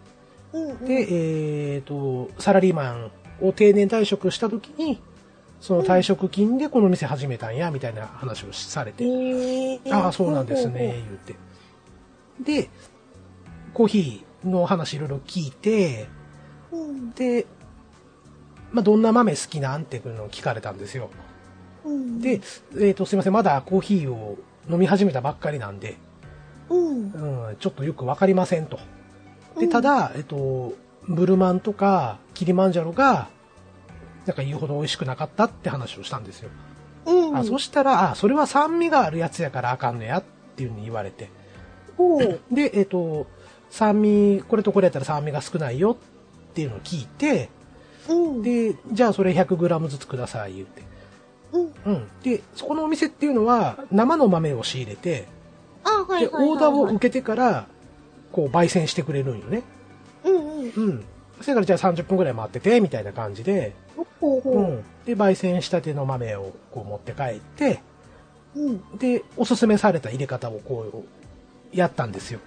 [SPEAKER 1] うん、うん。
[SPEAKER 2] で、えっ、と、サラリーマンを定年退職した時に、その退職金でこの店始めたんや、みたいな話をされて、
[SPEAKER 1] へえ。
[SPEAKER 2] ああ、そうなんですね、言うて。で、コーヒーの話いろいろ聞いて、
[SPEAKER 1] うん。
[SPEAKER 2] で、まあ、どんな豆好きなんっていうのを聞かれたんですよ。
[SPEAKER 1] うん。
[SPEAKER 2] で、、えっ、と、すいません、まだコーヒーを飲み始めたばっかりなんで、
[SPEAKER 1] うん。
[SPEAKER 2] うん、ちょっとよくわかりませんと。で、
[SPEAKER 1] うん
[SPEAKER 2] ただ、えっと、ブルマンとかキリマンジャロが、なんか言うほど美味しくなかったって話をしたんですよ。
[SPEAKER 1] うん。
[SPEAKER 2] あ、そしたら、あ、それは酸味があるやつやからあかんのやっていうふうに言われて。
[SPEAKER 1] ほう。
[SPEAKER 2] で、えっと、酸味、これとこれやったら酸味が少ないよっていうのを聞いて、
[SPEAKER 1] うん。、
[SPEAKER 2] で、じゃあそれ 100g ずつください言って。
[SPEAKER 1] うん。
[SPEAKER 2] うん。で、そこのお店っていうのは生の豆を仕入れて、
[SPEAKER 1] あ、はい。
[SPEAKER 2] で、オーダーを受けてから、こう、焙煎してくれるんよね。
[SPEAKER 1] うんうん。
[SPEAKER 2] うん。それからじゃあ30分ぐらい待ってて、みたいな感じで、
[SPEAKER 1] ほう
[SPEAKER 2] う
[SPEAKER 1] ほ
[SPEAKER 2] ん。で、焙煎したての豆をこう持って帰って、
[SPEAKER 1] う。うん。
[SPEAKER 2] で、おすすめされた入れ方をこう、やったんですよ。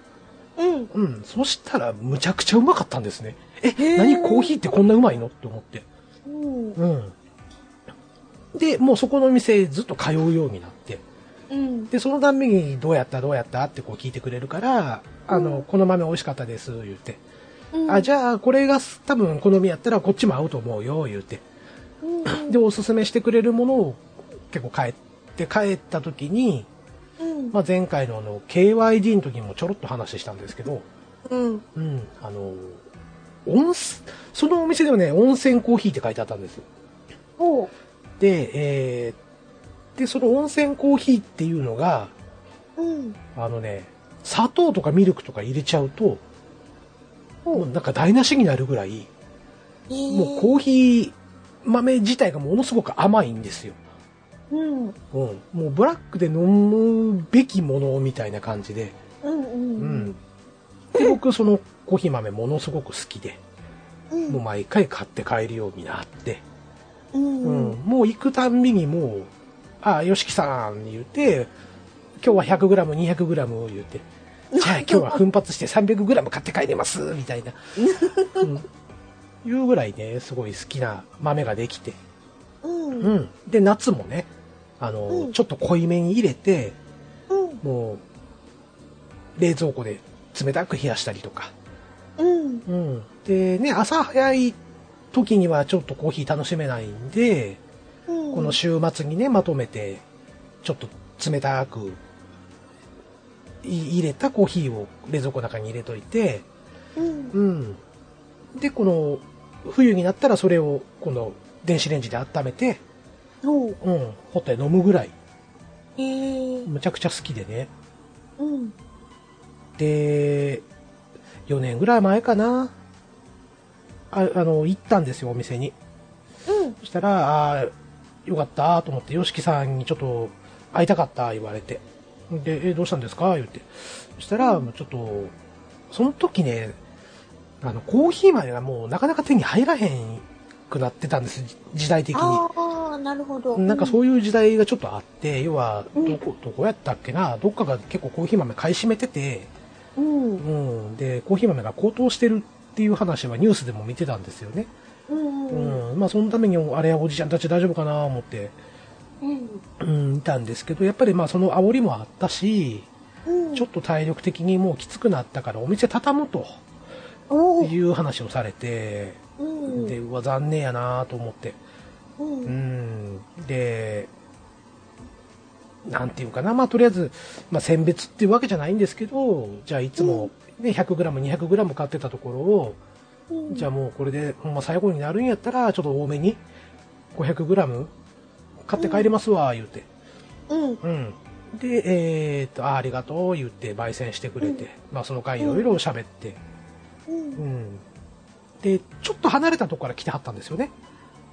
[SPEAKER 1] うん。
[SPEAKER 2] うん。そしたら、むちゃくちゃうまかったんですね。え、
[SPEAKER 1] へー
[SPEAKER 2] 何コーヒーってこんなうまいのって思って。
[SPEAKER 1] うん。
[SPEAKER 2] うん。で、もうそこの店ずっと通うようになって。
[SPEAKER 1] うん。
[SPEAKER 2] で、そのたんびに、どうやったどうやったってこう聞いてくれるから、あ
[SPEAKER 1] う
[SPEAKER 2] の、
[SPEAKER 1] ん
[SPEAKER 2] この豆美味しかったです、言って。
[SPEAKER 1] うん。
[SPEAKER 2] あ、じゃあ、これが多分好みやったらこっちも合うと思うよ、言うて。
[SPEAKER 1] うん。
[SPEAKER 2] で、おすすめしてくれるものを結構変えて、帰った時に、
[SPEAKER 1] うん。
[SPEAKER 2] まあ、前回のあの、KYD の時にもちょろっと話したんですけど、
[SPEAKER 1] うん。
[SPEAKER 2] うん、あの、温泉、そのお店ではね、温泉コーヒーって書いてあったんですよ。
[SPEAKER 1] ほう。
[SPEAKER 2] で、えー、で、その温泉コーヒーっていうのが、
[SPEAKER 1] うん。
[SPEAKER 2] あのね、砂糖とかミルクとか入れちゃうと、も
[SPEAKER 1] ほ
[SPEAKER 2] うなんか台無しになるぐらい、
[SPEAKER 1] う。も
[SPEAKER 2] もうコーヒー豆自体がものすごく甘いんですよ。
[SPEAKER 1] う。うん。
[SPEAKER 2] うん。もうブラックで飲むべきものみたいな感じで。
[SPEAKER 1] うんうん。
[SPEAKER 2] で僕そのコーヒー豆ものすごく好きで
[SPEAKER 1] うん
[SPEAKER 2] もう毎回買って帰るようになって、
[SPEAKER 1] うん
[SPEAKER 2] う
[SPEAKER 1] うん
[SPEAKER 2] ん、もう行くたんびにもう「ああ y o さん」言うて「今日は 100g200g」言うて「 じゃあ今日は奮発して 300g 買って帰れます」みたいな、うん、いうぐらいねすごい好きな豆ができて、
[SPEAKER 1] うん
[SPEAKER 2] うん、で夏もねあの、
[SPEAKER 1] うん
[SPEAKER 2] ちょっと濃いめに入れて
[SPEAKER 1] うん
[SPEAKER 2] もう冷蔵庫で冷たく冷やしたりとか
[SPEAKER 1] うん
[SPEAKER 2] うん、でね朝早い時にはちょっとコーヒー楽しめないんで、
[SPEAKER 1] うん
[SPEAKER 2] この週末にねまとめてちょっと冷たくい入れたコーヒーを冷蔵庫の中に入れといて、
[SPEAKER 1] うん
[SPEAKER 2] うん、でこの冬になったらそれをこの電子レンジで温めて、
[SPEAKER 1] そう
[SPEAKER 2] うん、ホットで飲むぐらい
[SPEAKER 1] へえ
[SPEAKER 2] むちゃくちゃ好きでね
[SPEAKER 1] うん
[SPEAKER 2] で4年ぐらい前かなああの行ったんですよお店に
[SPEAKER 1] うん
[SPEAKER 2] そしたら、あーよかったと思って、YOSHIKI さんにちょっと会いたかった言われて。で、え、どうしたんですか言って。そしたら、もうちょっと、その時ね、あの、コーヒー豆がもうなかなか手に入らへんくなってたんです、じ時代的に。
[SPEAKER 1] ああなるほど
[SPEAKER 2] なんかそうういう時代がちょっとあって、要は、
[SPEAKER 1] うん
[SPEAKER 2] どこ、どこやったっけな、どっかが結構コーヒー豆買い占めてて、
[SPEAKER 1] うんうん
[SPEAKER 2] うん、で、コーヒー豆が高騰してるっていう話はニュースでも見てたんですよね。
[SPEAKER 1] うん
[SPEAKER 2] うん、まあそのためにあれおじちゃんたち大丈夫かなと思って、
[SPEAKER 1] うん
[SPEAKER 2] うん、いたんですけどやっぱりまあその煽りもあったし
[SPEAKER 1] うん
[SPEAKER 2] ちょっと体力的にもうきつくなったからお店畳むと
[SPEAKER 1] おー
[SPEAKER 2] いう話をされて
[SPEAKER 1] うん
[SPEAKER 2] でうわ残念やなと思って
[SPEAKER 1] う
[SPEAKER 2] うんんでなんていうかなまあとりあえず、まあ、選別っていうわけじゃないんですけどじゃあいつも、ね、100g200g 買ってたところを
[SPEAKER 1] うん
[SPEAKER 2] じゃあもうこれで、ほんま最後になるんやったら、ちょっと多めに、500g 買って帰りますわ、言うて。
[SPEAKER 1] うん
[SPEAKER 2] うん。で、えーっと、あーありがとう、言って、焙煎してくれて、まあその間いろいろ喋って、
[SPEAKER 1] うん
[SPEAKER 2] うん。で、ちょっと離れたとこから来てはったんですよね。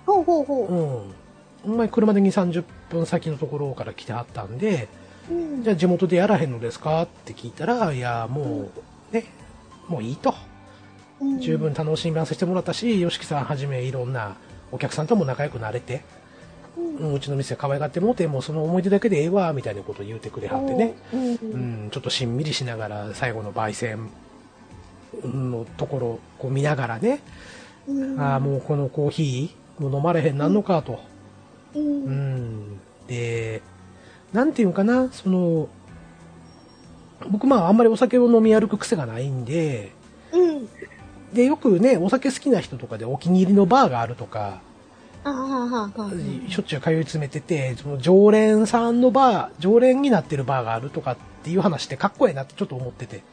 [SPEAKER 1] ほうほうほ
[SPEAKER 2] うん。ほんまに車で2、30分先のところから来てはったんで、
[SPEAKER 1] ううん
[SPEAKER 2] じゃあ地元でやらへんのですかって聞いたら、いや、もう、ね、もういいと。
[SPEAKER 1] うん
[SPEAKER 2] 十分楽しみさせてもらったし、YOSHIKI さんはじめいろんなお客さんとも仲良くなれて、
[SPEAKER 1] うん
[SPEAKER 2] うんうちの店可愛がってもうて、もうその思い出だけでええわ、みたいなこと言うてくれはってね、
[SPEAKER 1] うん
[SPEAKER 2] うん、ちょっとしんみりしながら、最後の焙煎のところこう見ながらね、
[SPEAKER 1] うん
[SPEAKER 2] ああ、もうこのコーヒー、もう飲まれへんなんのかと。
[SPEAKER 1] う
[SPEAKER 2] うんん、で、なんていうんかな、その、僕まああんまりお酒を飲み歩く癖がないんで、
[SPEAKER 1] うん
[SPEAKER 2] で、よくね、お酒好きな人とかでお気に入りのバーがあるとか、
[SPEAKER 1] あははは
[SPEAKER 2] しょっちゅう通い詰めてて、その常連さんのバー、常連になってるバーがあるとかっていう話ってかっこええなってちょっと思ってて。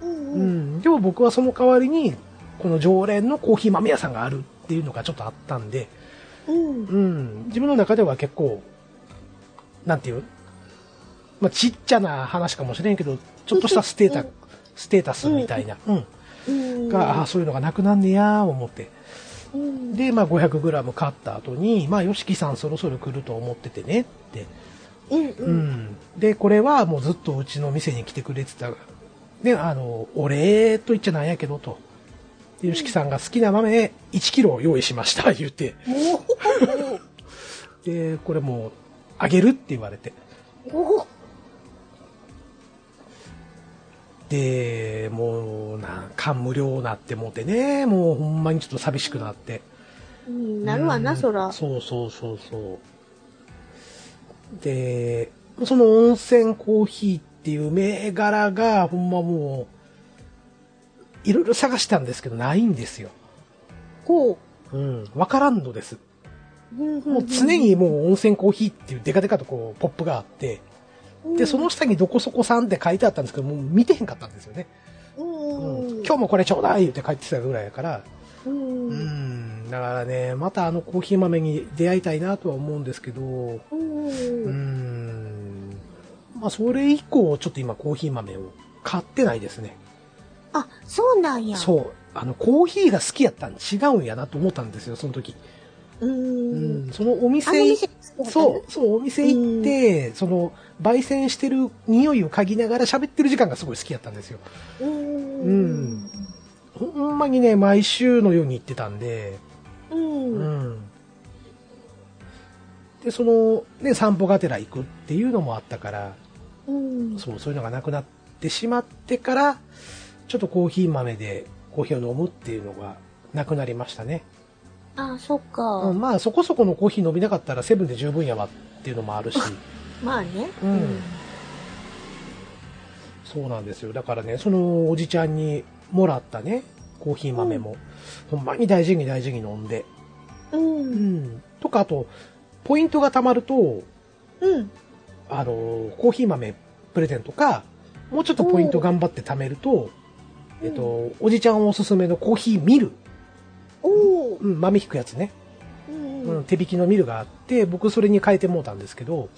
[SPEAKER 1] うん
[SPEAKER 2] う
[SPEAKER 1] うん
[SPEAKER 2] ん。でも僕はその代わりに、この常連のコーヒー豆屋さんがあるっていうのがちょっとあったんで、
[SPEAKER 1] うん
[SPEAKER 2] うん。自分の中では結構、なんていうまあ、ちっちゃな話かもしれんけど、ちょっとしたステータ、
[SPEAKER 1] うん
[SPEAKER 2] ステータスみたいな、うん。
[SPEAKER 1] うん
[SPEAKER 2] が、ああ、そういうのがなくなんねやー、思って。
[SPEAKER 1] うん
[SPEAKER 2] で、まあ、500g 買った後に、まあ、吉木さんそろそろ来ると思っててねって。
[SPEAKER 1] うん
[SPEAKER 2] う
[SPEAKER 1] うん
[SPEAKER 2] ん。で、これはもうずっとうちの店に来てくれてた、ね、あの、お礼と言っちゃなんやけどと。で、吉木さんが好きな豆1キロ用意しました、 言って。
[SPEAKER 1] も
[SPEAKER 2] で、これもう、あげるって言われて。
[SPEAKER 1] うおお
[SPEAKER 2] で、もう、なん感無量なってもうてね、もうほんまにちょっと寂しくなって。
[SPEAKER 1] うんなるわ
[SPEAKER 2] う
[SPEAKER 1] なんそら
[SPEAKER 2] そうそうそうそうでその温泉コーヒーっていう銘柄がほんまもういろいろ探したんですけどないんですよ
[SPEAKER 1] こ
[SPEAKER 2] うんわからんのです
[SPEAKER 1] ううん
[SPEAKER 2] もう常にもう温泉コーヒーっていうデカデカとこうポップがあってでその下にどこそこさんって書いてあったんですけどもう見てへんかったんですよね、
[SPEAKER 1] うん
[SPEAKER 2] うん
[SPEAKER 1] うん
[SPEAKER 2] 今日もこれちょうだい言って帰ってきたぐらいやから
[SPEAKER 1] う
[SPEAKER 2] うんんだからねまたあのコーヒー豆に出会いたいなとは思うんですけど
[SPEAKER 1] うん
[SPEAKER 2] うーんまあ、それ以降、ちょっと今、コーヒー豆を買ってないですね。
[SPEAKER 1] あそうなんや
[SPEAKER 2] そう。あの、コーヒーが好きやったん違うんやなと思ったんですよ、その時。
[SPEAKER 1] う。
[SPEAKER 2] うんん、そのお
[SPEAKER 1] あの
[SPEAKER 2] 店
[SPEAKER 1] 店好きだったの
[SPEAKER 2] そう、そう、お店行って、その、焙煎してる匂いを嗅ぎながら喋ってる時間がすごい好きだったんですよ。
[SPEAKER 1] う
[SPEAKER 2] うんん。ほんまにね、毎週のように行ってたんで、
[SPEAKER 1] う。
[SPEAKER 2] うんん。で、その、ね、散歩がてら行くっていうのもあったから、
[SPEAKER 1] うん。
[SPEAKER 2] そう、そういうのがなくなってしまってから、ちょっとコーヒー豆でコーヒーを飲むっていうのがなくなりましたね。
[SPEAKER 1] ああ、そっ
[SPEAKER 2] う
[SPEAKER 1] か
[SPEAKER 2] ん、。まあ、そこそこのコーヒー飲みなかったらセブンで十分やわっていうのもあるし、
[SPEAKER 1] まあね。
[SPEAKER 2] うんそうなんですよ。だからね、そのおじちゃんにもらったね、コーヒー豆も、ほんまに大事に大事に飲んで。
[SPEAKER 1] うん。う。
[SPEAKER 2] うんん。とか、あと、ポイントが貯まると、
[SPEAKER 1] うん。
[SPEAKER 2] あのーコーヒー豆プレゼントか、もうちょっとポイント頑張って貯めると、
[SPEAKER 1] うん
[SPEAKER 2] えっと、おじちゃんおすすめのコーヒーミル、
[SPEAKER 1] おお。
[SPEAKER 2] うん、豆引くやつね、
[SPEAKER 1] う
[SPEAKER 2] うん、
[SPEAKER 1] ん。
[SPEAKER 2] 手引きのミルがあって、僕それに変えてもうたんですけど、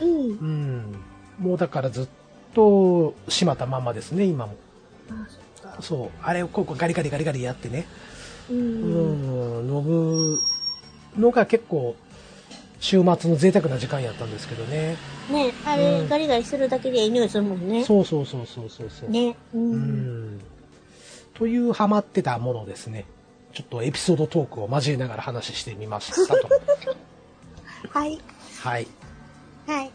[SPEAKER 1] うん。
[SPEAKER 2] うん、もうだからずっと閉まったまんまですね、今も。
[SPEAKER 1] ああ、そっか。
[SPEAKER 2] そう、あれをこうこうガリガリガリガリやってね、
[SPEAKER 1] う。
[SPEAKER 2] うんん、飲むのが結構、週末の贅沢な時間やったんですけどね。
[SPEAKER 1] ねあ
[SPEAKER 2] う
[SPEAKER 1] れ、
[SPEAKER 2] ん
[SPEAKER 1] ガリガリするだけでいい匂いするもんね。
[SPEAKER 2] そうそうそうそうそうそう。
[SPEAKER 1] ね。う。
[SPEAKER 2] うんん。というハマってたものですね。ちょっとエピソードトークを交えながら話してみましたと。
[SPEAKER 1] はい。
[SPEAKER 2] はい。
[SPEAKER 1] はい。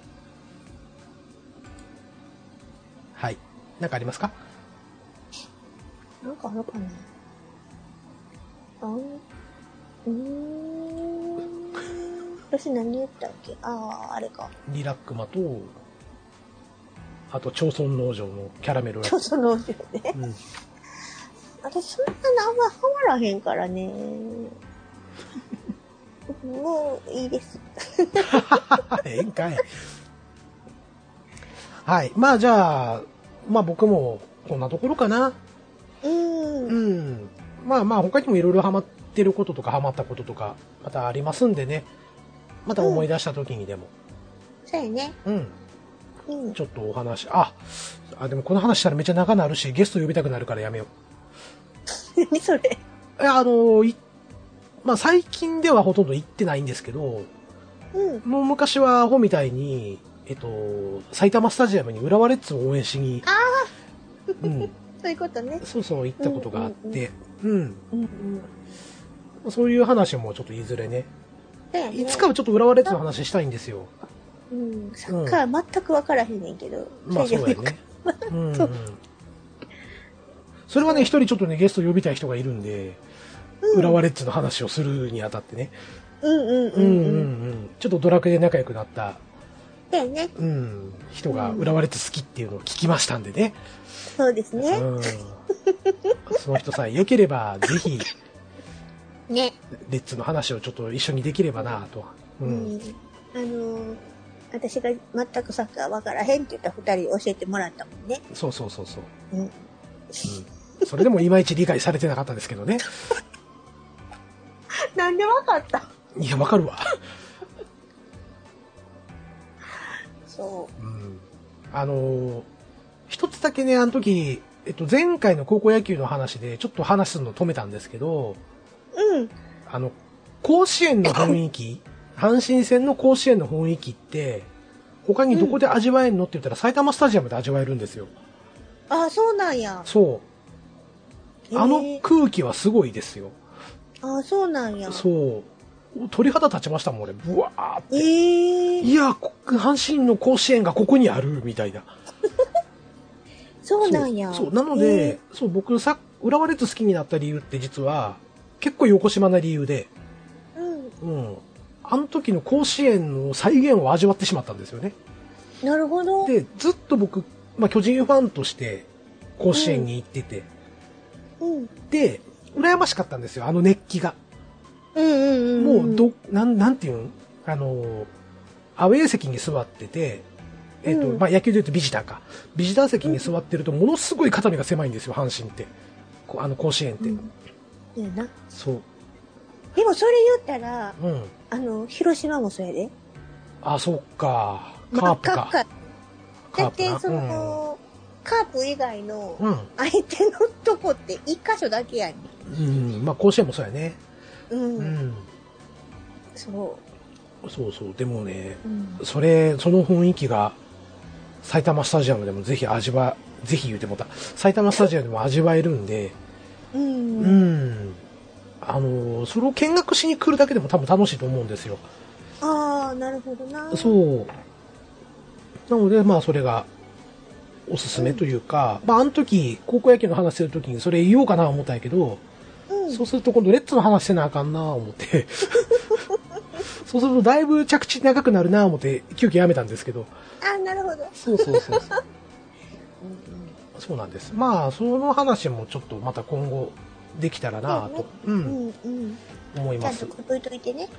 [SPEAKER 2] はい。なんかありますか
[SPEAKER 1] なんかあるかなあんうーん。私何言ったっけああ、あれか。
[SPEAKER 2] リラックマと、あと、町村農場のキャラメルラ
[SPEAKER 1] ちょっと農場ね。
[SPEAKER 2] うん
[SPEAKER 1] 私そんなのあんまハマらへんからね。もういいです。
[SPEAKER 2] ええんかい。はい。まあじゃあ、まあ僕もこんなところかな。
[SPEAKER 1] う。
[SPEAKER 2] うんん。まあまあ他にもいろいろハマってることとかハマったこととか、またありますんでね。また思い出した時にでも。
[SPEAKER 1] そうやね。
[SPEAKER 2] うん。
[SPEAKER 1] うん
[SPEAKER 2] ち。ょっとお話、あ、あ、でもこの話したらめっちゃ長なるし、ゲスト呼びたくなるからやめよ
[SPEAKER 1] 何 それ。
[SPEAKER 2] う。え、あの、いまあ最近ではほとんど行ってないんですけど、
[SPEAKER 1] うん。
[SPEAKER 2] もう昔はアホみたいに、えっと、埼玉スタジアムに浦和レッズを応援しに、うん、
[SPEAKER 1] そういうことね。
[SPEAKER 2] そうそう行ったことがあって、うん
[SPEAKER 1] うんうん。
[SPEAKER 2] そういう話もちょっといずれね、
[SPEAKER 1] そうやね
[SPEAKER 2] いつかはちょっと浦和レッズの話したいんですよ。
[SPEAKER 1] うん。サッカー全く分からへんねんけど。
[SPEAKER 2] まあ
[SPEAKER 1] れじゃ
[SPEAKER 2] そうやね。うん、うん。それはね、一人ちょっとね、ゲスト呼びたい人がいるんで、
[SPEAKER 1] うん
[SPEAKER 2] 浦和レッズの話をするにあたってね、
[SPEAKER 1] うんうんう
[SPEAKER 2] う
[SPEAKER 1] んん
[SPEAKER 2] う。んうん、ちょっとドラクエで仲良くなった、
[SPEAKER 1] そうやね。
[SPEAKER 2] うん、人が浦和レッズ好きっていうのを聞きましたんでね。
[SPEAKER 1] そうですね。
[SPEAKER 2] うん、その人さえ良ければ、ぜひ、
[SPEAKER 1] ね。
[SPEAKER 2] レッツの話をちょっと一緒にできればなと。う。
[SPEAKER 1] うんん。あのー私が全くサッカー分からへんって言った二人教えてもらったもんね。
[SPEAKER 2] そうそうそうそう。
[SPEAKER 1] うん。
[SPEAKER 2] うん。それでもいまいち理解されてなかったですけどね。
[SPEAKER 1] なんで分かった
[SPEAKER 2] いや、わかるわ。
[SPEAKER 1] そ
[SPEAKER 2] うん。あのー一つだけね、あの時、えっと、前回の高校野球の話で、ちょっと話すの止めたんですけど、
[SPEAKER 1] う。うん。
[SPEAKER 2] あの、甲子園の雰囲気、阪神戦の甲子園の雰囲気って、他にどこで味わえるのって言ったら、埼玉スタジアムで味わえるんですよ。
[SPEAKER 1] ああ、そうなんや。
[SPEAKER 2] そう。あ
[SPEAKER 1] へ
[SPEAKER 2] の
[SPEAKER 1] え
[SPEAKER 2] 空気はすごいですよ。
[SPEAKER 1] ああ、そうなんや。
[SPEAKER 2] そう。鳥肌立ちましたもん、俺。ブワーって。
[SPEAKER 1] ええ
[SPEAKER 2] いや、こ阪神の甲子園がここにある、みたいな。
[SPEAKER 1] そうなんや。
[SPEAKER 2] そう。そうなので、そう、僕さ、浦和レッズ好きになった理由って実は、結構横島な理由で、
[SPEAKER 1] えー、うん。
[SPEAKER 2] うん。あの時の甲子園の再現を味わってしまったんですよね。
[SPEAKER 1] なるほど。
[SPEAKER 2] で、ずっと僕、まあ、巨人ファンとして、甲子園に行ってて、
[SPEAKER 1] うん。
[SPEAKER 2] で、羨ましかったんですよ、あの熱気が。
[SPEAKER 1] うんうんうん。
[SPEAKER 2] もうど、なん、なんていうんあのー、アウェー席に座ってて、えっ、と、
[SPEAKER 1] うん
[SPEAKER 2] まあ、野球で言うとビジターか。ビジター席に座ってると、ものすごい肩身が狭いんですよ、阪神って。こあの、甲子園って。
[SPEAKER 1] うんやな。
[SPEAKER 2] そう。
[SPEAKER 1] でもそれ言ったら、
[SPEAKER 2] うん。
[SPEAKER 1] あの、広島もそうやで。
[SPEAKER 2] あ、そっか。
[SPEAKER 1] ま
[SPEAKER 2] カー
[SPEAKER 1] あ
[SPEAKER 2] プか。
[SPEAKER 1] カープだって
[SPEAKER 2] カープな
[SPEAKER 1] その、カープ以外の
[SPEAKER 2] うん。
[SPEAKER 1] 相手のとこって一箇所だけやねん。
[SPEAKER 2] うん。うんまあ、甲子園もそうやね。
[SPEAKER 1] う。
[SPEAKER 2] うんん。
[SPEAKER 1] そ
[SPEAKER 2] そうそう、でもね、
[SPEAKER 1] う。うん。
[SPEAKER 2] それ、その雰囲気が、埼玉スタジアムでもぜひ味わ、ぜひ言うてもうた。埼玉スタジアムでも味わえるんで、
[SPEAKER 1] う。
[SPEAKER 2] うんん。あの、それを見学しに来るだけでも多分楽しいと思うんですよ。
[SPEAKER 1] ああ、なるほどな。
[SPEAKER 2] そう。なので、まあ、それが、おすすめというか、まあ、あの時、高校野球の話する時にそれ言おうかな思ったんやけど、
[SPEAKER 1] うん。
[SPEAKER 2] そうすると今度レッツの話せなあかんなあ思 って。そうするとだいぶ着地長くなるなあ思って、急遽やめたんですけど。
[SPEAKER 1] ああ、なるほど。
[SPEAKER 2] そうそうそうそう。そうなんです。まあ、その話もちょっとまた今後できたらなあと、う、
[SPEAKER 1] うんんうん。
[SPEAKER 2] 思い
[SPEAKER 1] ちゃ
[SPEAKER 2] ま
[SPEAKER 1] ん
[SPEAKER 2] す
[SPEAKER 1] と。くどいといてね。
[SPEAKER 2] ん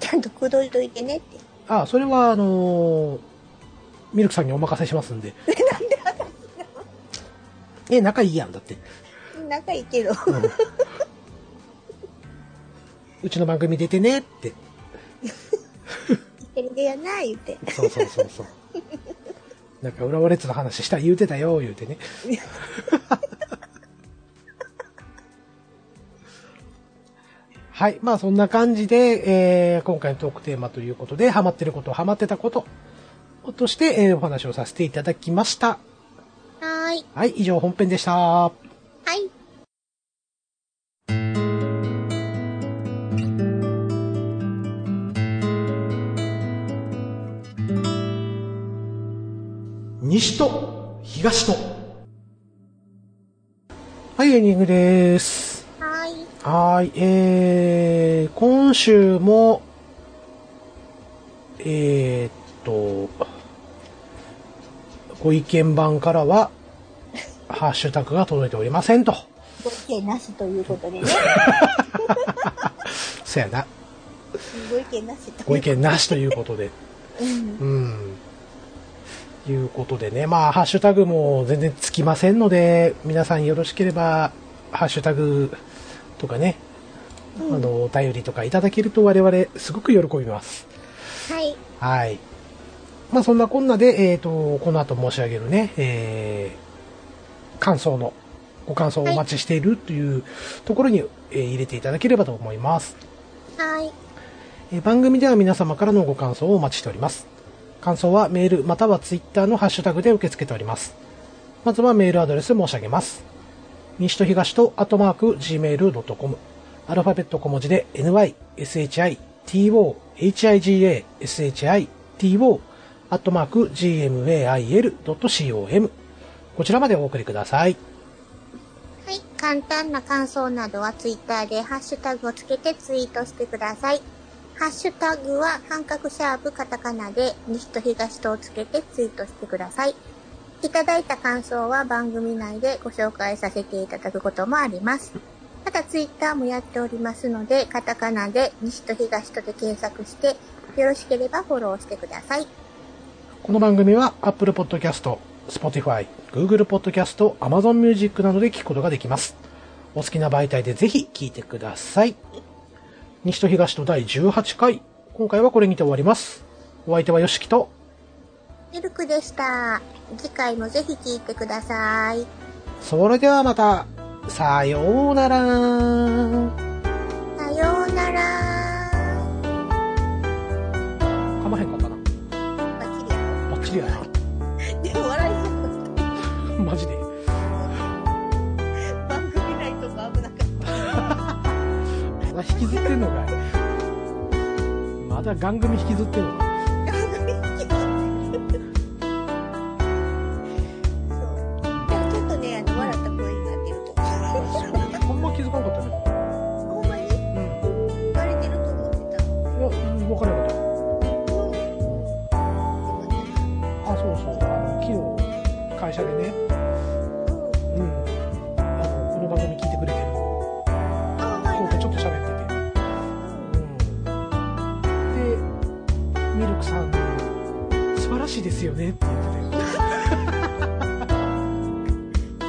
[SPEAKER 1] ちゃんとくどいといてねって。
[SPEAKER 2] あ、それはあのーミルクさんにお任せします んで。え、仲いいやん、だって。
[SPEAKER 1] 仲いいけど。
[SPEAKER 2] うんうちの番組出てねって。
[SPEAKER 1] テレビやな、言って。
[SPEAKER 2] そうそうそうそう。なんか、浦和レッズの話したい言うてたよ、言うてね。はい。まあ、そんな感じで、えー今回のトークテーマということで、ハマってること、ハマってたこと、として、えーお話をさせていただきました。
[SPEAKER 1] はーい。
[SPEAKER 2] はい。以上、本編でした。
[SPEAKER 1] はい。
[SPEAKER 2] 西と東と。はい、エンディングです。
[SPEAKER 1] はーい。
[SPEAKER 2] はい、えー、今週も、えー、っと、ご意見番から は、ハッシュタグが届いておりませんと。
[SPEAKER 1] ご意見なしということで ね。
[SPEAKER 2] そやな。
[SPEAKER 1] ご意見なしと。
[SPEAKER 2] ご意見なしということで。
[SPEAKER 1] うん。
[SPEAKER 2] うん。いうことでね。まあ、ハッシュタグも全然つきませんので、皆さんよろしければ、ハッシュタグとかね、
[SPEAKER 1] うん
[SPEAKER 2] あの、お便りとかいただけると我々すごく喜びます。
[SPEAKER 1] はい。
[SPEAKER 2] はい。まあそんなこんなで、えっ、と、この後申し上げるね、えー、感想の、ご感想をお待ちしているというところに、えー入れていただければと思います。
[SPEAKER 1] はい。
[SPEAKER 2] えー番組では皆様からのご感想をお待ちしております。感想はメールまたはツイッターのハッシュタグで受け付けております。まずはメールアドレス申し上げます。西と東とアットマーク gmail.com アルファベット小文字で ny, shi, to, higa, shi, to アットマーク gmail.com こちらまでお送りください。
[SPEAKER 1] はい。簡単な感想などはツイッターでハッシュタグをつけてツイートしてください。ハッシュタグは半角シャープカタカナで西と東とをつけてツイートしてください。いただいた感想は番組内でご紹介させていただくこともあります。またツイッターもやっておりますので、カタカナで西と東とで検索して、よろしければフォローしてください。
[SPEAKER 2] この番組は Apple Podcast、Spotify、Google Podcast、Amazon Music などで聞くことができます。お好きな媒体でぜひ聞いてください。西と東と第18回。今回はこれにて終わります。お相手はよしきと、
[SPEAKER 1] ミルクでした。次回もぜひ聞いてください。
[SPEAKER 2] それではまた、さようなら。
[SPEAKER 1] さようなら。
[SPEAKER 2] かまへんかっ
[SPEAKER 1] バ
[SPEAKER 2] たな。
[SPEAKER 1] ッチリやろ
[SPEAKER 2] バッチリや
[SPEAKER 1] でも笑いそう
[SPEAKER 2] な。 マジで。
[SPEAKER 1] 番組内とか危なかった。
[SPEAKER 2] まだ引きずってんのかい。まだ番組引きずってんのかい。
[SPEAKER 1] そう。でもちょっとね、あの、笑った声になってると思
[SPEAKER 2] ほんま気づかんかったね。
[SPEAKER 1] う。ほんまに
[SPEAKER 2] うん。
[SPEAKER 1] バレてると思ってた。
[SPEAKER 2] いや、うんわからなかった。
[SPEAKER 1] うんよ
[SPEAKER 2] うん
[SPEAKER 1] かったな
[SPEAKER 2] あそうそうあの昨日会社でね、
[SPEAKER 1] うん
[SPEAKER 2] うん、あのこの番組聞いてくれてる
[SPEAKER 1] あはい
[SPEAKER 2] 子
[SPEAKER 1] は
[SPEAKER 2] と
[SPEAKER 1] い
[SPEAKER 2] ちょっと喋ってて、うん、でミルクさん素晴らしいですよねって言って
[SPEAKER 1] 素晴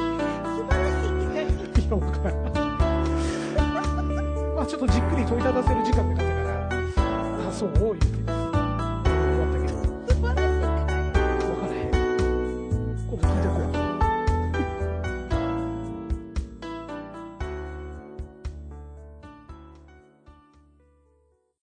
[SPEAKER 1] らしいって言われて
[SPEAKER 2] て今からまあちょっとじっくり問いただせる時間がかったからあそう言うて